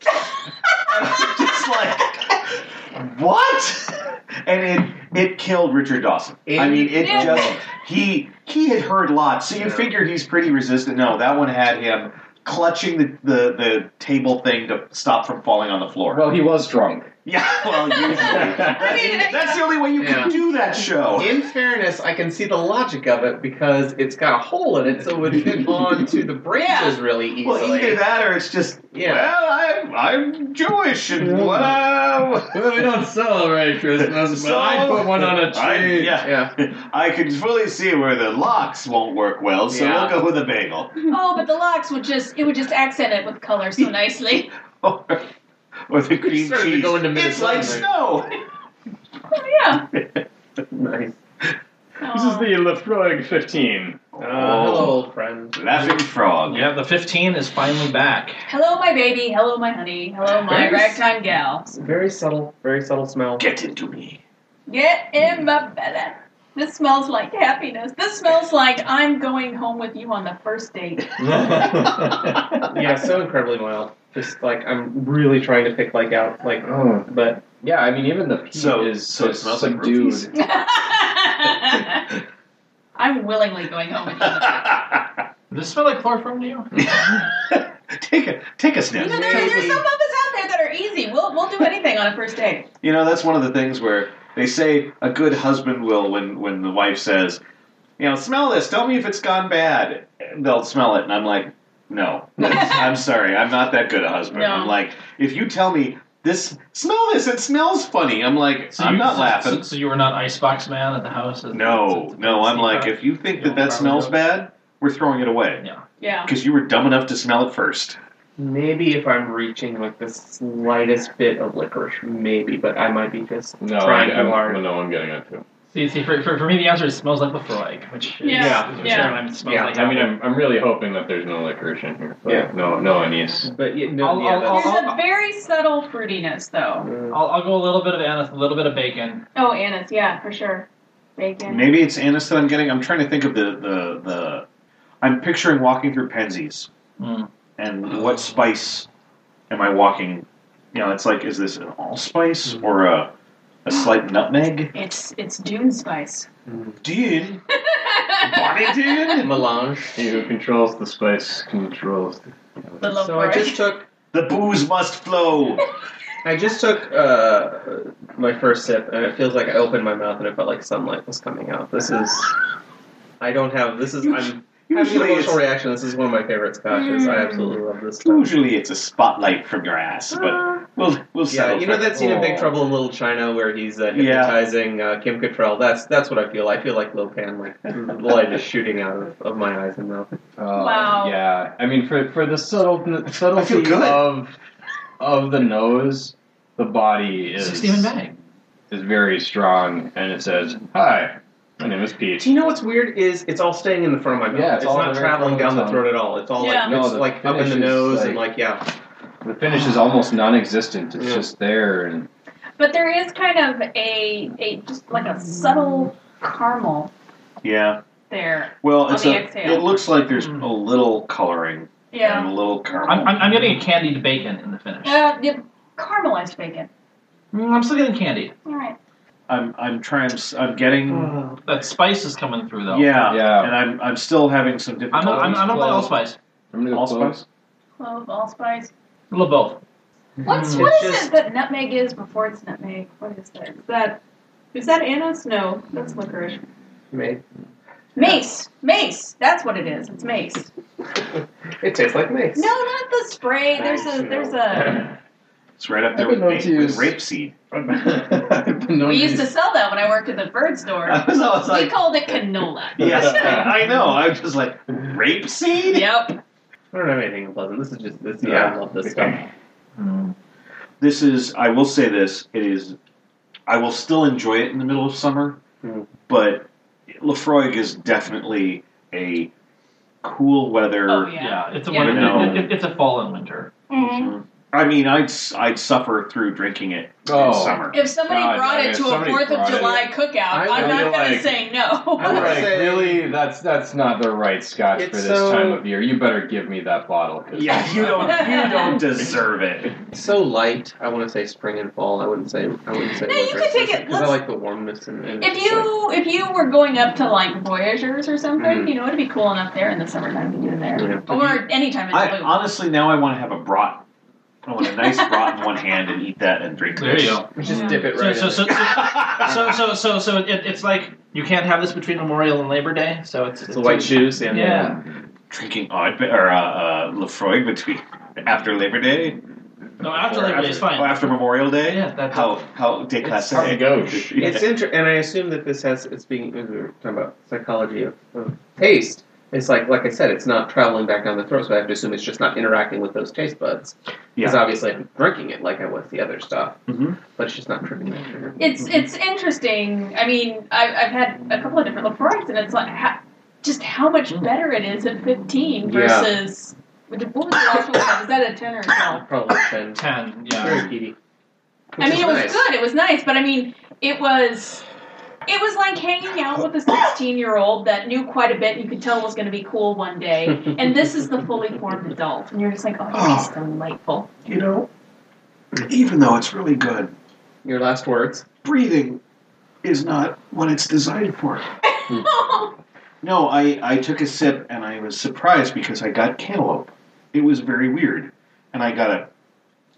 S2: Just like what? And it it killed Richard Dawson. I mean, it
S1: Yeah.
S2: just he he had heard lots, so you
S5: Yeah.
S2: figure he's pretty resistant. No, that one had him clutching the, the, the table thing to stop from falling on the floor.
S3: well, he was drunk.
S2: yeah, well, usually that's,
S1: mean,
S2: that's the only way you
S5: Yeah.
S2: can do that show.
S5: In fairness, I can see the logic of it because it's got a hole in it, so it would fit onto the branches really easily.
S2: Well, either that or it's just
S5: Yeah.
S2: Well, I'm I'm Jewish and
S3: Yeah.
S2: wow.
S3: Well, we don't celebrate Christmas, but I
S2: So-
S3: put one on a
S2: I,
S3: tree.
S2: yeah,
S5: Yeah.
S2: I can fully see where the locks won't work well, so
S5: Yeah.
S2: we'll go with a bagel.
S1: oh, but the locks would just, it would just accent it with color so nicely.
S2: or, or the cream
S5: started to
S2: cheese.
S5: go into
S2: it's like
S5: Minnesota.
S2: snow.
S1: Oh, yeah.
S5: Nice.
S3: This is
S1: Aw.
S3: the Lefroig 15.
S5: Uh,
S2: Oh.
S5: Hello, old friend.
S2: Laughing frog.
S4: Yeah, the 15 is finally back.
S1: Hello, my baby. Hello, my honey. Hello, my
S5: Very s-
S1: ragtime gal.
S5: Very subtle, very subtle smell.
S2: Get into me.
S1: Get in my belly. This smells like happiness. This smells like I'm going home with you on the first date.
S3: Oh.
S5: yeah, so incredibly mild. Just like I'm really trying to pick like out like,
S3: Oh.
S5: but
S3: Yeah, I mean, even the peat
S2: So-
S3: is
S2: so it
S3: just
S2: smells like
S3: subdued.
S2: roofies.
S1: I'm willingly going home with you. on the first
S4: Does this smell like chloroform to you?
S2: take a take a
S1: date.
S2: sniff.
S1: You know, there, there's some of us out there that are easy. We'll, we'll do anything on a first date.
S2: You know, that's one of the things where they say a good husband will when when the wife says, you know, smell this. Tell me if it's gone bad. They'll smell it, and I'm like, no, I'm sorry, I'm not that good a husband.
S1: No.
S2: I'm like, if you tell me this, smell this. It smells funny. I'm like,
S4: So
S2: I'm
S4: you,
S2: not
S4: so,
S2: laughing.
S4: So, so you were not Icebox Man at the house? at-
S2: no,
S4: to- to-
S2: no,
S4: to
S2: I'm
S4: see
S2: like,
S4: that?
S2: if you think that
S4: Yeah,
S2: that smells
S4: probably
S2: bad, we're throwing it away
S4: Yeah.
S1: Yeah.
S2: because you were dumb enough to smell it first.
S5: maybe if I'm reaching like the slightest bit of licorice, maybe, but I might be just
S3: No,
S5: trying
S3: I,
S5: too
S3: I'm,
S5: hard.
S3: no, I'm getting it too.
S4: See, see for, for, for me, the answer is smells like Lefroy, which is,
S1: Yeah,
S4: is
S1: yeah.
S4: sure, and it smells
S5: Yeah,
S4: like
S3: I mean, I'm, I'm really hoping that there's no licorice in here. but
S5: Yeah.
S3: No, no anise.
S5: But yeah, no,
S4: I'll-
S5: yeah,
S4: I'll-
S5: that's-
S1: There's a very subtle fruitiness, though.
S5: Mm.
S4: I'll, I'll go a little bit of anise, a little bit of bacon.
S1: Oh, anise. Yeah, for sure. Bacon.
S2: Maybe it's anise that I'm getting. I'm trying to think of the the, the I'm picturing walking through Penzies.
S4: Mm.
S2: and what spice am I walking? You know, it's like, is this an allspice or a, a slight nutmeg?
S1: It's it's Dune spice.
S2: Dean, Bonnie Dean,
S5: uh, melange.
S3: He who controls the spice controls the.
S1: The love
S5: So I just took
S2: the booze must flow.
S5: I just took uh, my first sip, and it feels like I opened my mouth, and it felt like sunlight was coming out. This is. I don't have. This is. I'm Having an
S2: Usually
S5: emotional
S2: it's,
S5: reaction. This is one of my favorite scotches. I
S1: Mm.
S5: absolutely love this stuff.
S2: usually it's a spotlight from your ass, but we'll we'll
S5: Yeah,
S2: settle
S5: you know
S2: for-
S5: that scene in Big
S2: Oh.
S5: Trouble in Little China where he's uh,
S2: Yeah.
S5: hypnotizing uh, Kim Cattrall. That's that's what I feel. I feel like Lopan, like the light is shooting out of, of my eyes and mouth.
S3: Uh,
S1: Wow.
S3: Yeah, I mean, for for the subtle
S2: I feel
S3: subtlety
S2: good.
S3: of of the nose, the body
S4: It's
S3: is
S4: Stephen Bang.
S3: is very strong, and it says, "Hi, my name is Pete."
S5: Do you know what's weird is it's all staying in the front of my mouth.
S3: Yeah, it's all in
S5: not
S3: the very
S5: traveling
S3: front of
S5: down
S3: the
S5: the
S3: tongue.
S5: throat at all. It's all
S1: Yeah.
S5: like
S3: No,
S5: it's
S3: the
S5: like up in
S3: finish
S5: the
S3: is,
S5: nose and
S3: like-
S5: like yeah.
S3: The finish is almost non-existent. It's
S5: Yeah.
S3: just there, and
S1: But there is kind of a a just like a subtle caramel
S2: Yeah.
S1: there.
S2: Well,
S1: On
S2: it's
S1: the
S2: a,
S1: exhale.
S2: it looks like there's
S4: Mm.
S2: a little coloring
S1: Yeah.
S2: and a little caramel.
S4: I'm, I'm, I'm getting a candied bacon in the finish.
S1: Um, Uh, the caramelized bacon.
S4: Mm, I'm still getting candied.
S1: All right.
S2: I'm I'm trying. I'm getting.
S5: Mm.
S4: That spice is coming through though.
S2: Yeah,
S3: Yeah.
S2: and I'm I'm still having some
S4: I'm
S2: difficulty.
S4: not, I'm, I'm not by
S3: Well-
S4: allspice.
S3: I'm gonna go
S2: Allspice?
S1: Clove, allspice.
S4: A little both.
S1: What's
S4: Mm-hmm.
S5: Mm.
S1: what
S5: It's
S1: is
S5: just-
S1: it that nutmeg is before it's nutmeg? What is that? Is that is that anise? No, that's licorice.
S5: Mate.
S1: Mace, mace. That's what it is. It's mace.
S5: It tastes like mace.
S1: No, not the spray. There's a there's a.
S2: It's right up there
S3: I've
S2: with,
S3: been known
S2: ma-
S3: to
S2: with
S3: use-
S2: rapeseed.
S3: I've been known
S1: We
S3: to
S1: used to
S3: use-
S1: sell that when I worked at the bird store.
S2: I was always
S1: We
S2: like,
S1: called it canola.
S2: yes, I know. I was just like, rapeseed.
S1: Yep.
S5: I don't have anything pleasant. This is just this.
S2: Yeah.
S5: I love this stuff.
S4: Mm.
S2: This is. I will say this. It is. I will still enjoy it in the middle of summer,
S5: Mm.
S2: but Lefroy is definitely a cool weather.
S1: Oh
S4: Yeah.
S1: yeah.
S4: it's a
S1: Yeah.
S4: winter.
S2: No.
S4: It, it, it's a fall and winter.
S1: Mhm.
S2: I mean, I'd s- I'd suffer through drinking it
S3: Oh.
S2: in summer.
S1: If somebody
S3: God,
S1: brought
S3: yeah,
S1: it
S3: if
S1: to a
S3: somebody
S1: Fourth of
S3: brought it-
S1: July cookout,
S5: I
S1: I'm
S5: would
S1: not
S5: feel
S1: gonna
S5: like-
S1: say no.
S5: I
S3: I'm
S5: would
S3: like,
S5: say-
S3: really, that's that's not the right scotch for
S5: It's
S3: this
S5: so-
S3: time of year. You better give me that bottle. 'cause-
S2: Yeah, you don't you don't deserve it.
S5: So light. I want to say spring and fall. I wouldn't say. I wouldn't say.
S1: No, you
S5: winter.
S1: could take it-
S5: because I
S1: let's-
S5: like the warmness and. and
S1: if
S5: it's
S1: you if you were going up to like Voyagers or something,
S5: Mhm.
S1: you know, it'd be cool enough there in the summertime to do it there,
S5: Yeah.
S1: or anytime in the
S2: I
S1: blue.
S2: honestly now I want to have a brat. I want a nice brat in one hand and eat that and drink.
S4: There
S2: this.
S4: you go.
S5: like, just dip it
S4: So
S5: right.
S4: so
S5: in.
S4: so so so so, so it, it's like you can't have this between Memorial and Labor Day. So it's
S5: It's the white shoes. Yeah.
S4: Yeah.
S2: Drinking odd or uh, uh, Lefroy between after Labor Day.
S4: No, after Labor Day is
S2: Oh,
S4: fine.
S2: after Memorial Day.
S4: Yeah, that's-
S2: how how déclassé.
S3: How gauche.
S2: Yeah.
S5: It's inter- and I assume that this has it's being we were talking about psychology of, of taste. It's like like I said, it's not traveling back down the throat, so I have to assume it's just not interacting with those taste buds. Because
S2: Yeah.
S5: obviously I'm drinking it like I was the other stuff,
S2: Mhm.
S5: but it's just not tripping that trigger.
S1: It's it's interesting. I mean, I, I've had a couple of different Lafroigs, and it's like ha just how much better it is at 15
S5: Yeah.
S1: versus what was the last one? we had? Was that a 10 or a 12?
S5: Probably ten.
S4: Ten.
S5: Very
S4: Yeah.
S5: peaty.
S1: I mean,
S5: Which
S1: it
S5: is
S1: was
S5: nice.
S1: good. It was nice, but I mean, it was it was like hanging out with a 16 year old that knew quite a bit. and You could tell was going to be cool one day, and this is the fully formed adult, and you're just like, oh,
S2: Oh.
S1: that's delightful.
S2: You know, even though it's really good,
S5: Your last words.
S2: breathing is not what it's designed for.
S1: Oh,
S2: No, I, I took a sip and I was surprised because I got cantaloupe. It was very weird. And I got a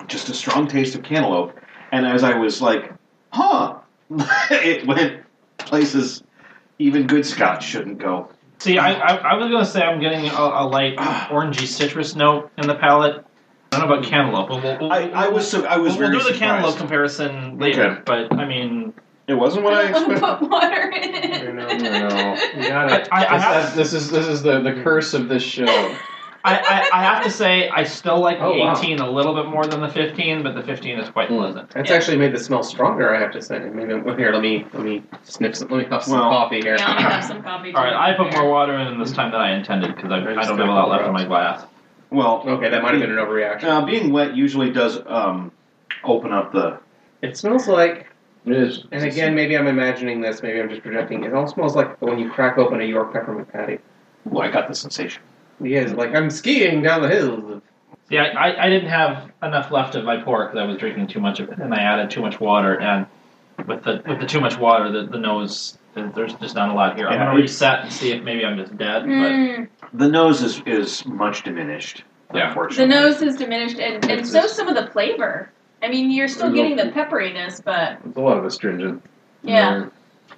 S2: just a strong taste of cantaloupe. And as I was like, huh, it went places even good scotch shouldn't go.
S4: See, I, I, I was gonna say I'm getting a, a light orangey citrus note in the palate. I don't know about cantaloupe. We'll, we'll, we'll-
S2: I, I was so I was
S4: we'll,
S2: very
S4: we'll do the cantaloupe
S2: surprised.
S4: comparison later,
S2: Okay.
S4: but I mean,
S2: It wasn't what I
S1: I don't want to
S2: expected.
S1: put water in it.
S5: You know,
S3: you know.
S5: You got
S4: I,
S5: it.
S4: I, I,
S3: This-
S4: have,
S3: that's- this is this is the, the curse of this show.
S4: I, I, I have to say I still like the
S5: Oh, wow.
S4: 18 a little bit more than the 15, but the 15 is quite
S2: Hmm.
S3: Mm.
S4: pleasant.
S5: That's
S1: Yeah.
S5: actually made the smell stronger. I have to say. Maybe well, here. Let me let me sniff some. Let me huff some
S2: Well-
S5: coffee here.
S1: Yeah, I'll have some coffee.
S4: All right, I put more water in this time than I intended because I,
S5: I
S4: I
S5: just
S4: don't
S5: got
S4: have a
S5: a
S4: lot
S5: couple
S4: left in my
S5: drops.
S4: glass.
S2: Well
S5: Okay, that might have been an overreaction.
S2: uh, being wet usually does um, open up the
S5: It smells like
S3: It is.
S5: And again, maybe I'm imagining this, maybe I'm just projecting. It all smells like when you crack open a York peppermint patty.
S2: well, I got the sensation.
S5: Yeah, it's like I'm skiing down the hills.
S4: See, I, I, I didn't have enough left of my pour because I was drinking too much of it, and I added too much water. And with the with the too much water, the, the nose there- there's just not a lot here. I'm
S2: Yeah,
S4: gonna
S2: it-
S4: reset and see if maybe I'm just dead.
S1: Mm,
S2: The nose is, is much diminished,
S3: Yeah.
S1: the
S2: unfortunately.
S1: nose is diminished, and, and so some of the flavor. I mean, you're still getting the pepperiness, but
S3: It's a lot of astringent.
S1: yeah,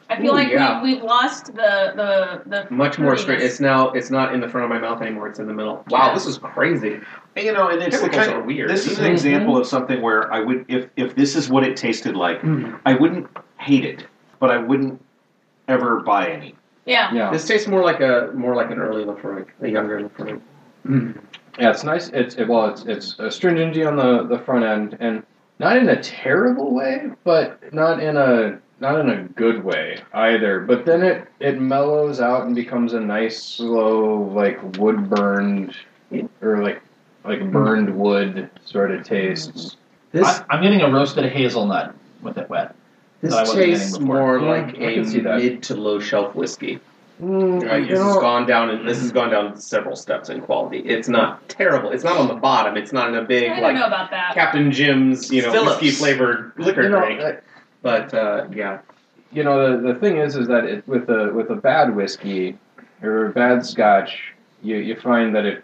S1: I feel
S5: Ooh,
S1: like
S5: yeah.
S1: we, we've lost the the the
S5: Much more
S1: fruitiness.
S5: straight. It's now. It's not in the front of my mouth anymore. It's in the middle. Wow, this is crazy.
S2: You know, and it's the
S5: Chemicals
S2: kind
S5: are
S2: of
S5: weird.
S2: This is an
S5: Mhm.
S2: example of something where I would, if if this is what it tasted like,
S5: Mm-hmm.
S2: I wouldn't hate it, but I wouldn't ever buy any.
S1: Yeah.
S3: Yeah.
S5: This tastes more like a more like an early Lafroy, a younger Lafroy.
S3: Mm. Yeah, it's nice. It's it, well, it's it's astringency on the the front end, and not in a terrible way, but not in a not in a good way either. But then it it mellows out and becomes a nice slow like wood burned or like like burned wood sort of taste.
S5: This
S4: I, am getting a roasted hazelnut with it wet.
S5: this
S4: that I wasn't getting
S5: tastes
S4: before.
S5: more
S3: Yeah,
S5: like
S3: I
S5: a
S3: can see that.
S5: mid to low shelf whiskey.
S3: Mm,
S5: Right,
S3: you
S5: this has
S3: know,
S5: gone down and this has gone down several steps in quality. It's not terrible. It's not on the bottom. It's not in a big
S1: I don't know
S5: like
S1: about that.
S5: Captain Jim's you know
S2: Phillips.
S5: whiskey flavored liquor
S3: you
S5: drink.
S3: know,
S5: but uh, yeah,
S3: you know the, the thing is is that it, with a with a bad whiskey or a bad scotch you, you find that it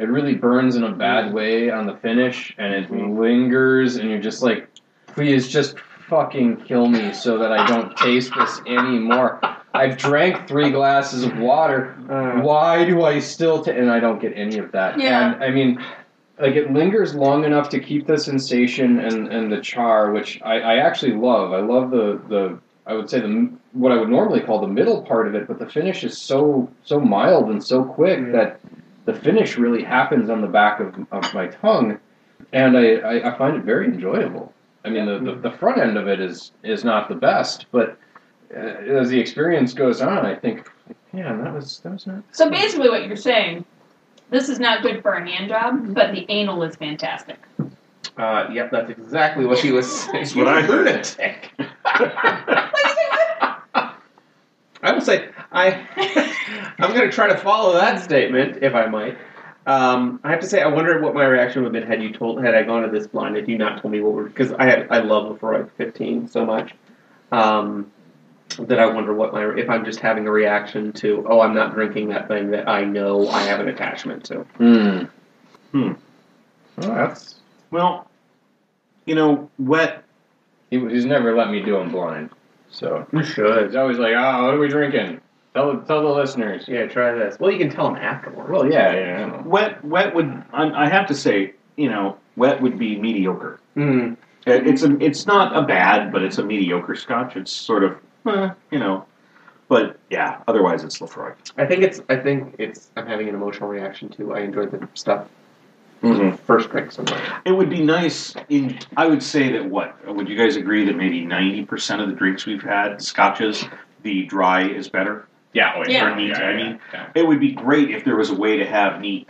S3: it really burns in a bad way on the finish and it lingers and you're just like please just fucking kill me so that i don't taste this anymore i've drank three glasses of water
S5: Mm.
S2: Uh,
S3: why do i still ta- and i don't get any of that
S1: Yeah.
S3: and i mean like it lingers long enough to keep the sensation and, and the char, which I, I actually love. I love the, the I would say the m- what I would normally call the middle part of it, but the finish is so so mild and so quick that the finish really happens on the back of, of my tongue, and I, I, I find it very enjoyable. I mean, the, the, the front end of it is is not the best, but uh, as the experience goes on, I think, man, that was that was not.
S1: So basically, what you're saying, this is not good for a hand job, but the anal is fantastic.
S5: uh, yep, that's exactly what he was saying.
S2: That's what I heard.
S5: Lunatic. I will say I I'm gonna try to follow that statement if I might. Um, I have to say I wonder what my reaction would have been had you told had I gone to this blind if you not told me what we're because I had, I love Lefroy 15 so much um, that I wonder what my if I'm just having a reaction to oh I'm not drinking that thing that I know I have an attachment to.
S2: Hmm.
S3: Well, that's
S2: Well, you know, wet.
S3: he, he's never let me do him blind, so
S5: You should.
S3: he's always like, ah, what are we drinking? Tell tell the listeners.
S5: Yeah, try this. Well, you can tell them afterward.
S3: Well, yeah, yeah. I don't know.
S2: Wet, wet would. I, I have to say, you know, wet would be mediocre.
S5: Mm.
S2: It- It's a, it's not a bad, but it's a mediocre Scotch. It's sort of, eh, you know, but yeah. Otherwise, it's Lefroy.
S5: I think it's. I think it's. I'm having an emotional reaction to. I enjoyed the stuff
S2: Mm-hmm.
S5: first drink so much.
S2: It would be nice. In I would say that what would you guys agree that maybe ninety percent of the drinks we've had, scotches, the dry is better.
S3: Yeah, oh,
S1: Yeah.
S2: Or neat, I mean.
S3: yeah.
S2: It would be great if there was a way to have neat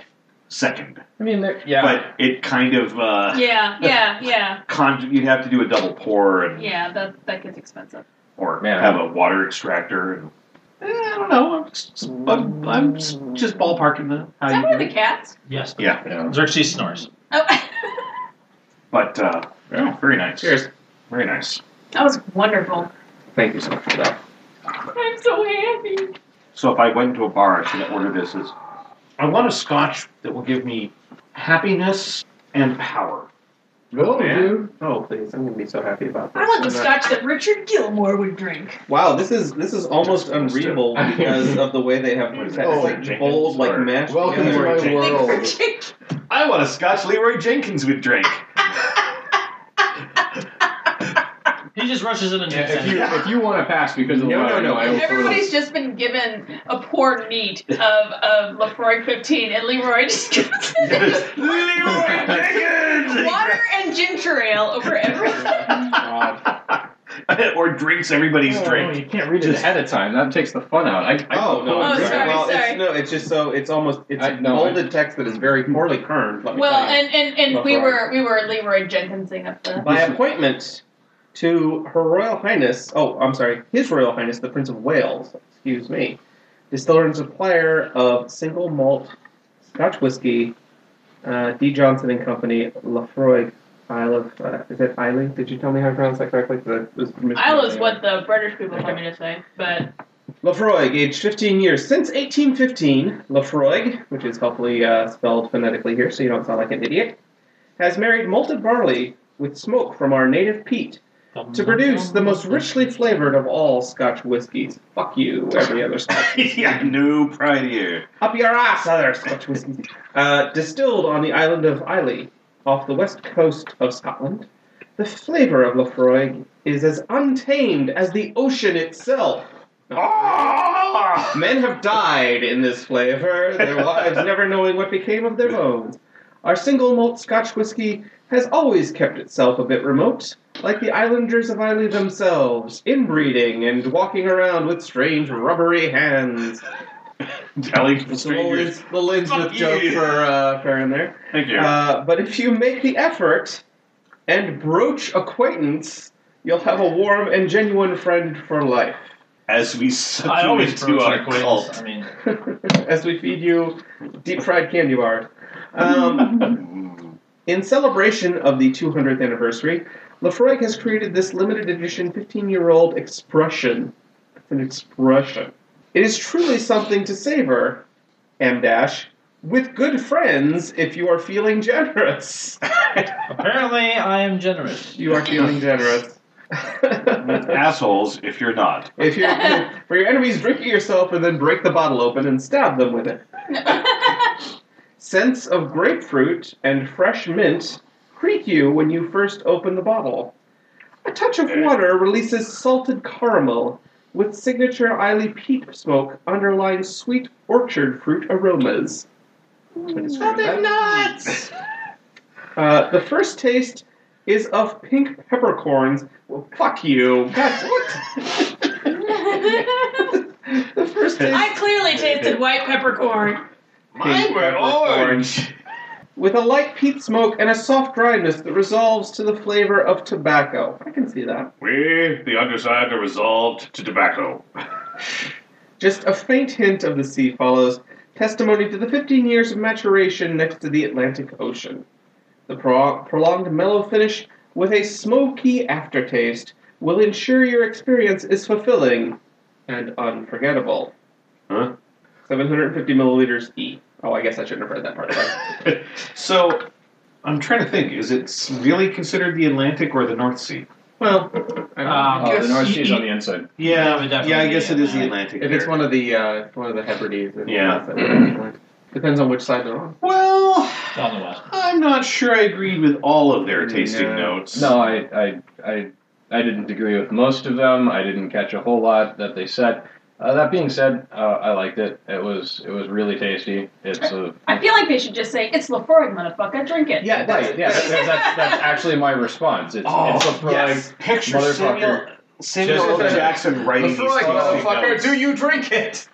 S2: second,
S3: I mean, there- yeah.
S2: but it kind of uh,
S1: Yeah, yeah, yeah,
S2: con- you'd have to do a double pour and
S1: yeah. That that gets expensive.
S2: or
S3: Man.
S2: have a water extractor. And, eh, I don't know. I'm just, I'm, I'm just ballparking the how
S1: Is that
S2: you
S1: one of
S2: do
S1: the
S2: it.
S1: cats?
S4: Yes.
S2: Yeah,
S3: yeah.
S4: Xerxes snores.
S1: Oh,
S2: but uh, yeah, very nice.
S5: Cheers.
S2: Very nice.
S1: that was wonderful.
S5: Thank you so much for that.
S1: I'm so happy.
S2: So if I went into a bar, I should order this as I want a scotch that will give me happiness and power.
S3: Go,
S5: man.
S3: dude.
S5: Oh please, I'm gonna be so happy about this.
S1: I want the
S5: I'm not-
S1: scotch that Richard Gilmore would drink.
S5: Wow, Oh, this is this is almost unreadable because of the way they have
S2: What is
S5: it's
S2: that,
S5: like
S2: Jenkins
S5: bold, like
S2: or-
S5: mashed
S3: uh, Welcome
S2: to
S5: together.
S2: my
S5: Jenkins.
S3: world.
S1: Like
S3: Oh.
S1: Richard,
S2: I want a scotch Leroy Jenkins would drink.
S4: He just rushes in and drinks
S3: if,
S4: it.
S3: you, if you want to pass because of
S5: No,
S3: what
S5: no,
S3: I
S5: no.
S3: know, I will
S1: everybody's just been given a poor meat of, of Lefroy 15, and Leroy just comes in and just
S2: Leroy Jenkins!
S1: water and ginger ale over everything.
S3: God.
S2: or drinks everybody's
S3: Oh,
S2: drink.
S3: you can't read it
S2: Just-
S3: ahead of time. That takes the fun out. I, I
S5: Oh no!
S1: Oh,
S5: I'm
S1: sorry,
S5: well,
S1: sorry.
S5: it's no. It's just so. It's almost. It's
S3: I- no,
S5: bolded text that is very poorly kerned. Let me
S1: Well,
S5: tell you.
S1: and, and, and we
S5: Lefroy.
S1: were we were Leroy Jenkinsing up the.
S5: by appointment to Her Royal Highness, oh, I'm sorry, His Royal Highness, the Prince of Wales, excuse me, distiller and supplier of single malt Scotch whiskey, uh, D. Johnson and Company, Lafroy, Isle of, uh, is it Islay? Did you tell me how to pronounce that correctly? 'Cause I was
S1: Isle is
S5: mispronouncing
S1: what the British people told me to say, but
S5: Lafroig, aged 15 years. Since 1815, Lafroig, which is helpfully uh, spelled phonetically here so you don't sound like an idiot, has married malted barley with smoke from our native peat to produce the most richly flavored of all Scotch whiskies. Fuck you, every other Scotch.
S2: yeah, no pride here.
S5: Up your ass, other Scotch whiskies. Uh, distilled on the island of Islay, off the west coast of Scotland, the flavour of Lefroy is as untamed as the ocean itself.
S2: Ah!
S5: Men have died in this flavour, their wives never knowing what became of their bones. Our single malt Scotch whisky has always kept itself a bit remote, like the islanders of Islay themselves, inbreeding and walking around with strange rubbery hands.
S2: Telling
S5: It's the
S2: strangers.
S5: Lins- the Linsmith
S2: Fuck
S5: joke
S2: you.
S5: for, uh, for in there.
S2: Thank you.
S5: Uh, but if you make the effort and broach acquaintance, you'll have a warm and genuine friend for life.
S2: As we settle
S4: I always
S2: into
S4: do
S2: our
S4: I
S2: cult.
S4: mean,
S5: As we feed you deep fried candy bars. Um,
S2: Mm.
S5: in celebration of the 200th anniversary, Lefroy has created this limited edition 15 year old expression. It's an expression. It is truly something to savor, M dash, with good friends if you are feeling generous.
S4: apparently I am generous.
S5: you are feeling generous.
S2: With assholes, if you're not.
S5: If you're for your enemies, drink it yourself and then break the bottle open and stab them with it. Scents of grapefruit and fresh mint greet you when you first open the bottle. A touch of water releases salted caramel with signature Islay peat smoke underlying sweet orchard fruit aromas. Something nuts! Uh, the first taste is of pink peppercorns. Well, fuck you. God, what? the first taste
S1: I clearly tasted white peppercorn.
S5: Mine were orange. with a light peat smoke and a soft dryness that resolves to the flavor of tobacco. I can see that.
S2: We, the undersigned, are resolved to tobacco.
S5: Just a faint hint of the sea follows, testimony to the 15 years of maturation next to the Atlantic Ocean. The pro- prolonged mellow finish with a smoky aftertaste will ensure your experience is fulfilling and unforgettable.
S2: Huh?
S5: 750 milliliters E. Oh, I guess I shouldn't have read that part. Sorry.
S2: so, I'm trying to think. Is it really considered the Atlantic or the North Sea?
S5: well, I don't know.
S4: Um,
S3: Oh, the North
S4: you-
S3: Sea's on the inside.
S4: Yeah, it would definitely
S2: yeah. I guess
S4: be
S2: it is the
S4: Atlantic.
S2: Atlantic.
S5: If it's
S2: there.
S5: one of the uh, if one of the Hebrides, then
S2: Yeah.
S5: that's it. depends on which side they're on.
S2: well,
S4: It's on the west.
S2: I'm not sure I agreed with all of their tasting
S5: No.
S2: notes.
S3: No, I, I, I, I didn't agree with most of them. I didn't catch a whole lot that they said. Uh, that being said, uh, I liked it. It was it was really tasty. It's a
S1: I feel like they should just say it's Lefroy, motherfucker. Drink it.
S5: Yeah,
S3: right. Yeah, that, that- that's that's actually my response. It's
S2: Oh,
S3: it's Lefroy.
S5: yes.
S2: Picture Samuel,
S3: Motherfucker.
S2: Samuel
S3: Just-
S2: L. Jackson writing these
S5: Lefroy,
S2: tasting
S5: motherfucker,
S2: notes.
S5: do you drink it?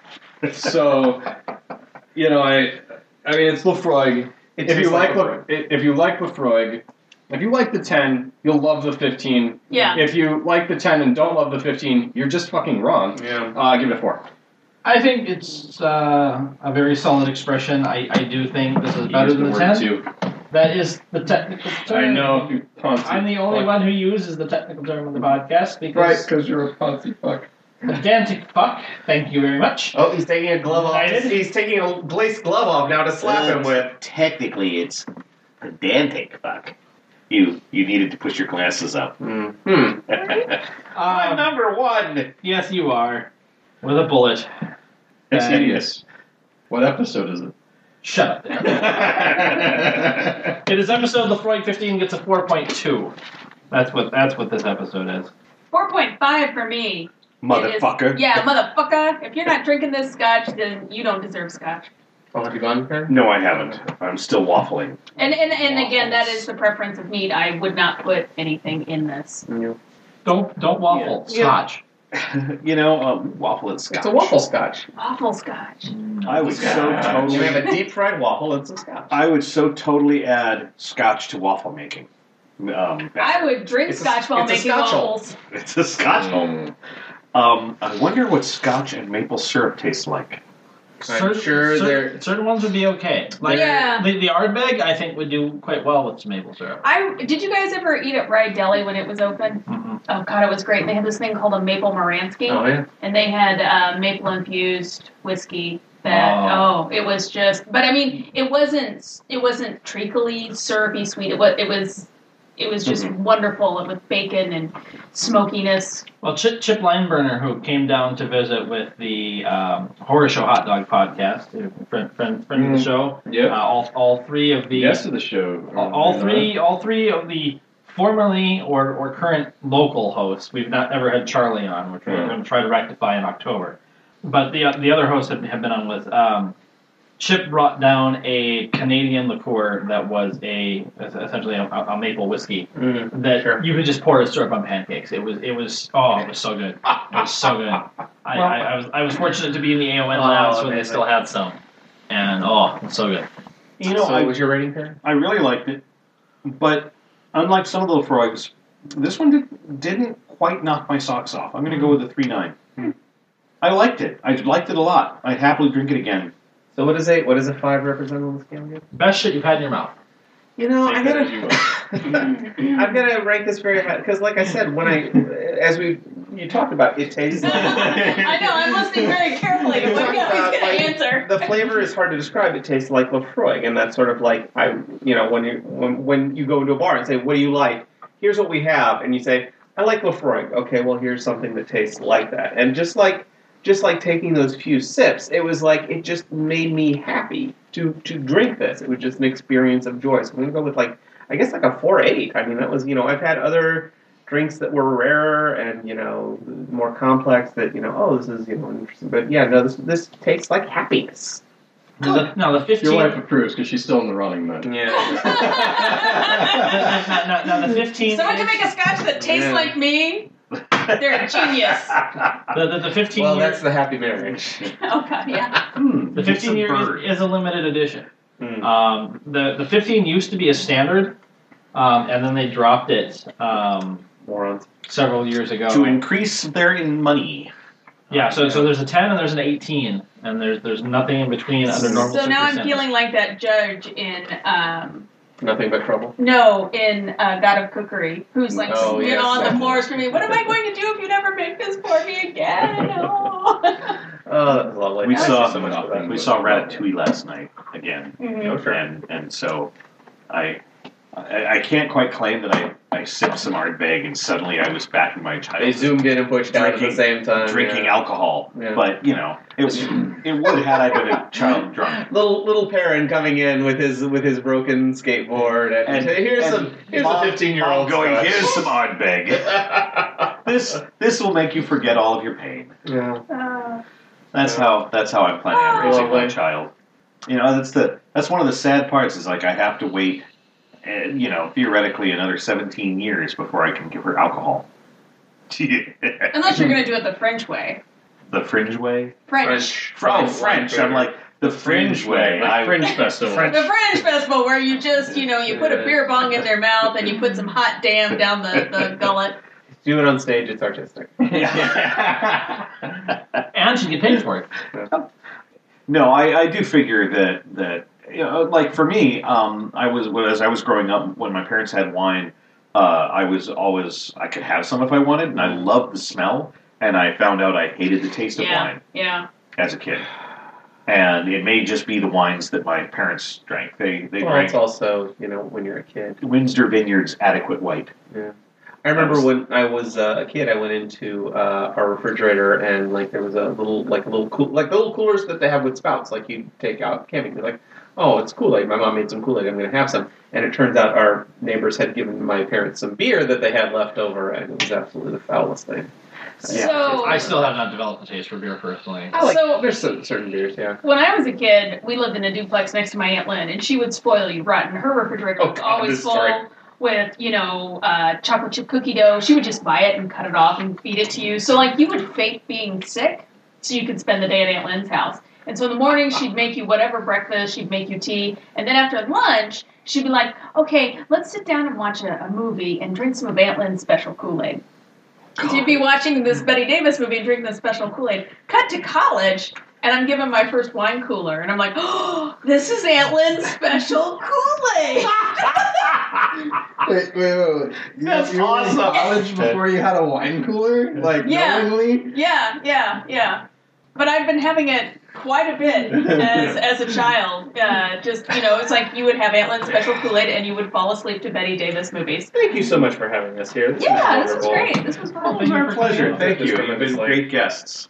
S3: So, you know, I I mean, it's Lefroy. if
S5: It
S3: you
S5: tastes
S3: like
S5: Lefroy.
S3: Le, if you like Lefroy, if you like the ten, you'll love the fifteen.
S1: Yeah.
S3: If you like the ten and don't love the fifteen, you're just fucking wrong.
S5: Yeah.
S3: Uh, give it a four.
S4: I think it's uh, a very solid expression. I, I do think this is
S3: You
S4: better
S3: used
S4: than the
S3: word
S4: ten.
S3: Two.
S4: That is the technical term.
S3: I know. you punks.
S4: I'm the only one who uses the technical term on the podcast
S5: Right,
S4: because
S5: because you're a Ponzi fuck.
S4: pedantic fuck. Thank you very much.
S5: Oh, he's taking a glove
S4: off.
S5: He's taking a glazed glove off now to slap him with.
S2: Technically, it's pedantic. Fuck. You you needed to push your glasses up.
S5: Hmm.
S4: Um,
S5: number one.
S4: yes, you are with a bullet.
S3: It's
S4: And-
S3: hideous. What episode is it?
S4: Shut up. There. It is episode Lefroy 15 gets a 4.2. That's what that's what this episode is.
S1: Four point five for me. It
S2: Motherfucker.
S1: is- yeah, motherfucker. If you're not drinking this scotch, then you don't deserve scotch.
S5: Oh, have you gone, Karen?
S2: No, I haven't. I'm still waffling.
S1: And and, and again, that is the preference of meat. I would not put anything in this.
S4: Don't don't waffle.
S5: Yeah.
S4: Scotch.
S2: you know, um, waffle and scotch.
S5: It's a waffle scotch.
S1: Awful scotch.
S2: I would so
S3: Scotch.
S5: You
S2: totally.
S5: have a deep fried waffle and some scotch.
S2: I would so totally add scotch to waffle making. Um,
S1: I would drink
S5: It's a-
S1: scotch while
S5: it's a
S1: making
S5: scotchel.
S1: waffles.
S2: it's a scotch.
S3: Um,
S2: Um, I wonder what scotch and maple syrup taste like.
S5: I'm sure
S4: certain,
S5: they're-
S4: certain ones would be okay. Like
S1: Yeah.
S4: the, the Ardbeg, I think would do quite well with some maple syrup.
S1: I did you guys ever eat at Rye Deli when it was open?
S4: Mm-mm.
S1: Oh god, it was great. They had this thing called a maple moransky,
S5: Oh, yeah.
S1: and they had uh, maple infused whiskey. That oh.
S4: Oh.
S1: it was just. But I mean, it wasn't. It wasn't treacly, syrupy, sweet. It was. It was It was just
S5: Mm-hmm.
S1: wonderful with bacon and smokiness.
S4: Well, Chip, Chip Lineburner, who came down to visit with the um, Horror Show Hot Dog podcast, a friend, friend, friend of the
S3: Mm.
S4: show, uh,
S3: Yep.
S4: all, all three of the
S3: Guest of the show.
S4: all, all three all three of the formerly or, or current local hosts. We've not ever had Charlie on, which we're
S3: Hmm.
S4: going to try to rectify in October. But the uh, the other hosts have, have been on with um, Chip brought down a Canadian liqueur that was a essentially a, a maple whiskey
S5: Mm.
S4: that
S5: Sure.
S4: you could just pour a syrup on pancakes. It was it was oh it was so good. It was so good. I, I, I was I was fortunate to be in the AON
S5: Oh,
S4: labs when they
S5: amazing.
S4: still had some, and oh it's so good.
S2: You know,
S5: so
S2: I,
S5: was your rating there?
S2: I really liked it, but unlike some of the frogs, this one did, didn't quite knock my socks off. I'm going to go with a three nine.
S3: Hmm.
S2: I liked it. I liked it a lot. I'd happily drink it again.
S5: So what is a what does a five represent on the scale? again?
S4: Best shit you've had in your mouth.
S5: You know,
S3: Take
S5: I
S3: that as you
S5: gotta. I've got to rank this very high because, like I said, when I, as we, you talked about, it tastes.
S1: I know. I'm listening very carefully.
S5: You're
S1: What
S5: talking
S1: he's
S5: about,
S1: going
S5: like,
S1: to answer?
S5: the flavor is hard to describe. It tastes like Lefroy, and that's sort of like I, you know, when you when when you go into a bar and say, "What do you like?" Here's what we have, and you say, "I like Lefroy." Okay, well, here's something that tastes like that, and just like just like taking those few sips, it was like it just made me happy to to drink this. It was just an experience of joy. So I'm gonna go with like I guess like a four eight. I mean, that was you know I've had other drinks that were rarer and you know more complex that you know oh this is you know interesting but yeah no this this tastes like happiness
S4: Now the, now the 15
S3: Your wife approves because she's still in the running mode.
S4: now, now- now the 15
S1: Someone can make a scotch that tastes
S5: Yeah.
S1: like me. They're a genius.
S4: the, the, the 15
S5: well
S4: year,
S5: that's the happy marriage
S1: Oh god, yeah.
S2: Hmm,
S4: the
S2: it's a
S4: 15 year
S2: bird.
S4: is, is a limited edition
S5: Mm.
S4: um, the, the 15 used to be a standard um, and then they dropped it um,
S5: morons
S4: several years ago
S2: to increase therein money.
S4: yeah so, so there's a 10 and there's an 18 and there's there's nothing in between under normal
S1: So now I'm
S4: circumstances.
S1: feeling like that judge in um,
S5: nothing but trouble
S1: no in uh, God of Cookery, who's like
S5: Oh,
S1: sitting
S5: yes.
S1: on the floor screaming, "What am I going to do if you never make this for me again?" Oh.
S5: oh that was lovely
S2: We
S5: Thank
S2: saw
S5: you so much for that.
S2: We saw Ratatouille last night again.
S1: Mhm.
S5: oh, sure.
S2: and and so I, I I can't quite claim that I I sipped some Ardbeg and suddenly I was back in my
S5: they
S2: childhood
S5: zoomed in and pushed out at the
S2: Drinking-
S5: same time
S2: drinking
S5: yeah.
S2: alcohol.
S5: Yeah.
S2: But you know, it was it would had I been a child drunk.
S5: Little little Perrin coming in with his with his broken skateboard and,
S2: And-
S5: say, here's
S2: and
S5: some here's
S2: Mom-
S5: a fifteen year
S2: Mom
S5: old
S2: going. Here's some Ardbeg.
S5: yeah
S2: This this will make you forget all of your pain.
S1: Uh,
S2: That's how that's how I'm planning on raising my
S5: Lovely.
S2: child. You know, that's the that's one of the sad parts is like I have to wait, eh, you know, theoretically another 17 years before I can give her alcohol.
S1: unless you're going to do it the French way.
S2: The fringe way.
S1: French.
S2: Oh, French. I'm like the fringe way.
S3: Like
S2: I-
S3: Fringe Festival.
S2: French.
S1: The French festival where you just, you know, you put a beer bong in their mouth and you put some hot damn down the, the gullet.
S5: do it on stage it's artistic
S4: and you get paid for it
S2: no, I, I do figure that that you know, like for me, um, I was when- as I was growing up when my parents had wine, uh, I was always I could have some if I wanted, and
S5: Mm-hmm.
S2: I loved the smell. And I found out I hated the taste of
S1: Yeah,
S2: wine
S1: yeah.
S2: as a kid. And it may just be the wines that my parents drank. They they
S5: well
S2: drank
S5: it's also you know when you're a kid
S2: Windsor Vineyards Adequate White.
S5: I remember
S2: Nice.
S5: when I was uh, a kid, I went into uh, our refrigerator and like there was a little like a little cool like the little coolers that they have with spouts. Like you take out camping, you're like, oh, it's Kool Aid. My mom made some Kool Aid. I'm gonna have some. And it turns out our neighbors had given my parents some beer that they had left over, and it was absolutely the foulest thing.
S2: Yeah.
S1: So
S4: i still have not developed a taste for beer personally
S5: I like
S1: So-
S5: there's some, certain beers, yeah.
S1: when I was a kid, we lived in a duplex next to my aunt Lynn, and she would spoil you rotten. Her refrigerator
S5: Oh,
S1: was
S5: God,
S1: always
S5: this
S1: full
S5: story.
S1: with you know uh, chocolate chip cookie dough. She would just buy it and cut it off and feed it to you. So like you would fake being sick so you could spend the day at Aunt Lynn's house. And so in the morning she'd make you whatever breakfast, she'd make you tea, and then after lunch she'd be like, "Okay, let's sit down and watch a, a movie and drink some of Aunt Lynn's special Kool Aid." So you'd be watching this Betty Davis movie and drinking this special Kool Aid. Cut to college, and I'm given my first wine cooler, and I'm like, oh, this is Aunt Lynn's special Kool Aid.
S6: Wait, wait, wait, wait. You,
S2: That's
S6: you were
S2: awesome.
S6: in college before you had a wine cooler? Like,
S1: Yeah.
S6: knowingly?
S1: yeah, yeah, yeah. But I've been having it quite a bit as, as a child. Uh, just, you know, it's like you would have Antland Special Kool Aid and you would fall asleep to Betty Davis movies.
S5: Thank you so much for having us here. This
S1: Yeah,
S5: was
S1: this was
S5: wonderful.
S1: great. This was
S5: It
S1: fun.
S5: was our pleasure.
S3: Yeah.
S5: Thank
S3: Just
S5: you.
S3: been-
S5: You've
S3: it's
S5: been
S3: like-
S5: great guests.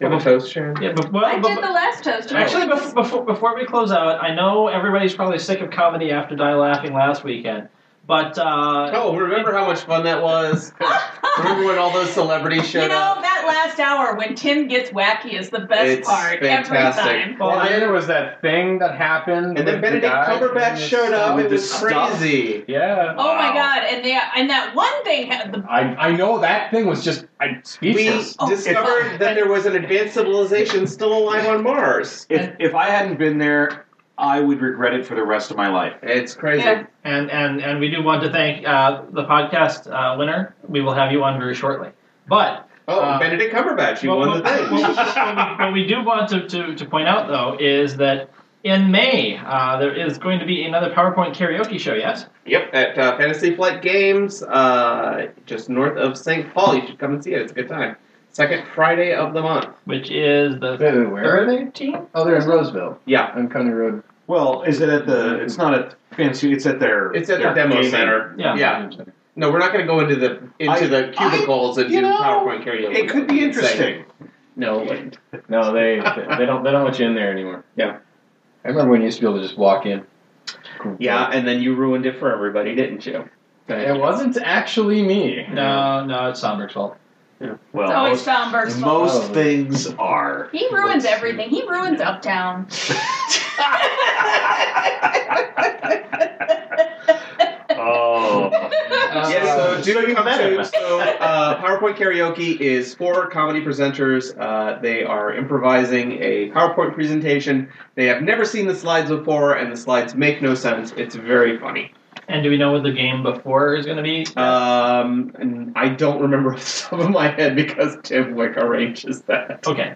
S5: You have a toast, Sharon?
S4: Yeah, but, well,
S1: I
S4: but-
S1: did the last toast.
S4: Actually, bef- before, before we close out, I know everybody's probably sick of comedy after Die Laughing last weekend, but uh,
S5: Oh, remember how much fun that was? remember when all those celebrities
S1: You
S5: showed
S1: know,
S5: up?
S1: that last hour when Tim gets wacky is the best
S5: It's
S1: part
S5: fantastic.
S1: every time.
S4: well,
S7: and then
S4: I-
S7: there was that thing that happened.
S5: And then
S7: with the
S5: Benedict
S7: guy
S5: Cumberbatch
S7: and the
S5: showed up.
S7: stuff.
S5: It
S2: with
S5: was
S2: the stuff.
S5: crazy.
S7: Yeah.
S1: Oh my
S2: Wow.
S1: god! And they and that one thing had the
S7: I, I know that thing was just I
S5: We
S7: speechless.
S1: Oh,
S5: discovered
S1: fuck.
S5: that there was an advanced civilization still alive on Mars.
S2: If, if I hadn't been there, I would regret it for the rest of my life.
S5: It's crazy.
S1: Yeah.
S4: and, and and we do want to thank uh, the podcast uh, winner. We will have you on very shortly, but
S5: Oh,
S4: Uh,
S5: Benedict Cumberbatch, you won the
S4: what
S5: thing.
S4: we- what we do want to, to, to point out, though, is that in May, uh, there is going to be another PowerPoint karaoke show, yes?
S5: Yep, at uh, Fantasy Flight Games, uh, just north of St. Paul. You should come and see it. It's a good time. Second Friday of the month.
S4: Which is the
S7: Wait, wait, where are they?
S4: 13th?
S7: Oh, they're in Roseville.
S5: Yeah.
S7: on County Road.
S2: Well, is it at the? It's not at fancy. It's at their.
S5: It's at their demo
S2: gaming.
S5: center.
S4: Yeah.
S5: Yeah. No, we're not going to go into the into
S2: I-
S5: the cubicles and
S2: you
S5: do
S2: know,
S5: PowerPoint karaoke.
S2: It could be
S5: It's insane.
S2: interesting.
S5: No, it wouldn't.
S3: No, they they don't they don't let you in there anymore.
S7: I remember when you used to be able to just walk in.
S5: yeah, and then you ruined it for everybody, didn't you?
S7: It wasn't actually me.
S4: No, no, it's Somberg's fault.
S1: it's
S2: Well,
S1: always
S2: most,
S1: Stomberg's fault.
S2: most
S7: Oh.
S2: things are.
S1: He ruins everything. He ruins Uptown.
S2: Oh.
S5: Yes, Uh, so do
S2: you
S5: come
S2: met him.
S5: to. So, uh, PowerPoint Karaoke is for comedy presenters. Uh, they are improvising a PowerPoint presentation. They have never seen the slides before, and the slides make no sense. It's very funny.
S4: And do we know what the game before is going to be?
S5: Um, and I don't remember off the top of my head because Tim Wick arranges that.
S4: okay.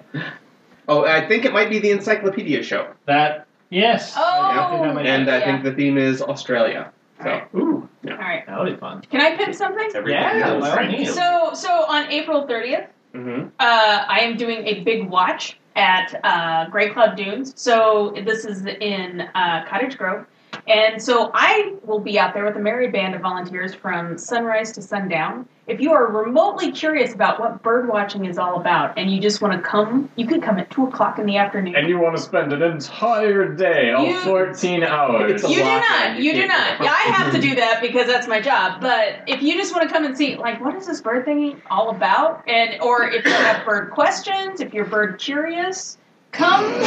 S5: Oh, I think it might be the Encyclopedia Show,
S4: That, yes.
S1: Oh,
S5: and uh, I
S1: yeah.
S5: think the theme is Australia.
S1: All
S5: So.
S1: right.
S4: Ooh,
S1: All right.
S4: that'll be fun.
S1: Can I pin something?
S2: Everything
S4: Yeah,
S2: else.
S4: by all means.
S1: So, so on April 30th,
S5: Mm-hmm.
S1: uh, I am doing a big watch at uh, Grey Cloud Dunes. So this is in uh, Cottage Grove, and so I will be out there with a merry band of volunteers from sunrise to sundown. If you are remotely curious about what bird watching is all about, and you just want to come, you could come at two o'clock in the afternoon.
S7: you want to spend an entire day,
S1: all You-
S7: 14 hours.
S5: It's a
S1: you do
S5: lot,
S1: not.
S5: man. You
S1: You do
S5: can't
S1: not.
S5: do that.
S1: Yeah, I have to do that because that's my job. But if you just want to come and see, like, what is this bird thing all about? And or if you have bird questions, if you're bird curious, come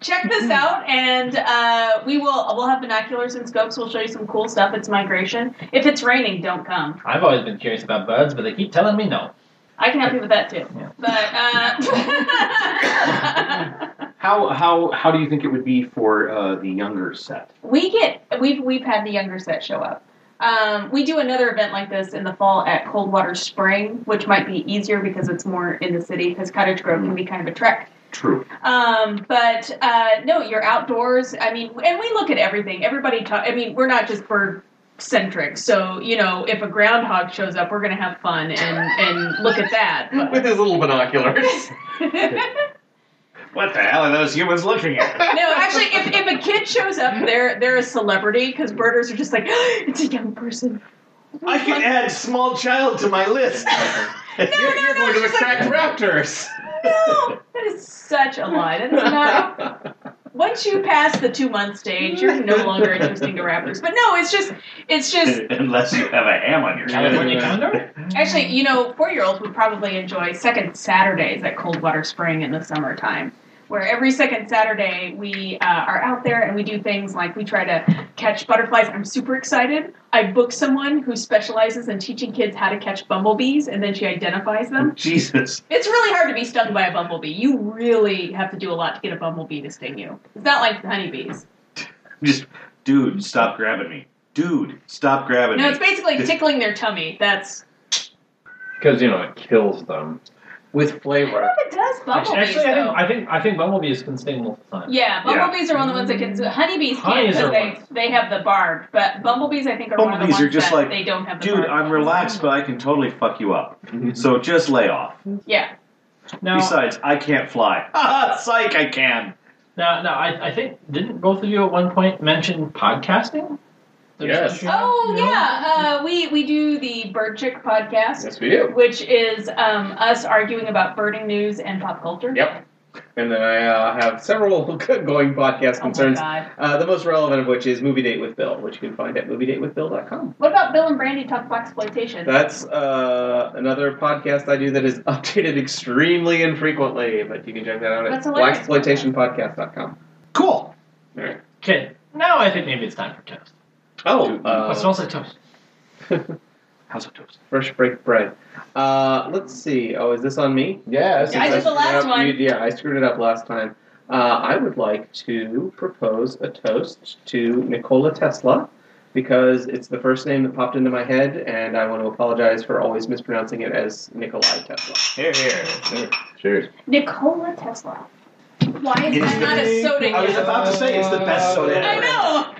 S1: check this out, and uh, we will. We'll have binoculars and scopes. We'll show you some cool stuff. It's migration. If it's raining, don't come.
S4: I've always been curious about birds, but they keep telling me no.
S1: I can help you with that too.
S4: Yeah.
S1: But. Uh,
S2: How how how do you think it would be for uh, the younger set?
S1: we get we've we've had the younger set show up. Um, we do another event like this in the fall at Coldwater Spring, which might be easier because it's more in the city because Cottage Grove can be kind of a trek.
S2: True.
S1: Um, but uh, no, you're outdoors. I mean, and we look at everything. Everybody talk. I mean, we're not just bird centric. So you know, if a groundhog shows up, we're gonna have fun and and look at that.
S5: With his little binoculars.
S1: But-
S2: What the hell are those humans looking at?
S1: No, actually, if, if a kid shows up, they're they're a celebrity because birders are just like, it's a young person.
S2: I can add small child to my list.
S5: you're,
S1: no, no,
S5: you're going to
S1: she's
S5: attract raptors.
S1: No, that is such a lie. That is not. Once you pass the two month stage, you're no longer interesting to rappers. But no, it's just it's just
S2: Unless you have a ham on your head.
S4: California calendar?
S1: actually, you know, four year olds would probably enjoy second Saturdays at Coldwater Spring in the summertime. Where every second Saturday we uh, are out there and we do things like we try to catch butterflies. I'm super excited. I booked someone who specializes in teaching kids how to catch bumblebees, and then she identifies them.
S2: Jesus.
S1: It's really hard to be stung by a bumblebee. You really have to do a lot to get a bumblebee to sting you. It's not like honeybees.
S2: Just dude, stop grabbing me. Dude, stop grabbing
S1: No,
S2: me.
S1: it's basically tickling their tummy. That's
S3: Because you know it kills them.
S5: With flavor.
S1: it does bumblebees
S4: Actually, I think,
S1: though.
S4: I think I think bumblebees can sting multiple times.
S1: yeah, bumblebees are one of the ones that can. Honeybees can't
S4: Honeybees
S1: because
S4: are
S1: they
S4: ones.
S1: they have the barb, but bumblebees I think are one of the
S2: Bumblebees
S1: ones
S2: are just
S1: that
S2: like,
S1: they don't have the
S2: Dude,
S1: barb.
S2: I'm relaxed, but I can totally fuck you up. So just lay off.
S1: Yeah,
S4: Now,
S2: Besides, I can't fly. Ah, psych, I can.
S4: now, now I, I think didn't both of you at one point mention podcasting?
S7: Yes.
S1: Oh yeah, uh, we we do the Bird Chick podcast,
S7: Yes, we do.
S1: which is um, us arguing about birding news and pop culture.
S5: Yep. And then I uh, have several good going podcast
S1: Oh my
S5: concerns.
S1: God.
S5: Uh, the most relevant of which is Movie Date with Bill, which you can find at moviedatewithbill.com.
S1: What about Bill and Brandy talk about exploitation?
S5: That's uh, another podcast I do that is updated extremely infrequently, but you can check that out at
S1: That's hilarious.
S5: blaxploitationpodcast.com.
S2: Cool.
S4: Okay, now I think maybe it's time for toast.
S5: Oh,
S4: What
S5: uh,
S4: smells like toast?
S2: How's it toast?
S5: fresh baked bread. Uh, let's see. Oh, is this on me?
S7: Yeah, this
S1: Yeah, I
S7: is
S1: did the
S5: screwed
S1: last
S5: up-
S1: one.
S5: you- yeah, I screwed it up last time. Uh, I would like to propose a toast to Nikola Tesla because it's the first name that popped into my head, and I want to apologize for always mispronouncing it as Nikolai Tesla.
S7: Here, here. here. Cheers.
S1: Nikola Tesla. Why is
S2: It is
S1: that not a soda?
S2: I was
S1: yet?
S2: about to say it's the best soda
S1: I
S2: ever.
S1: know.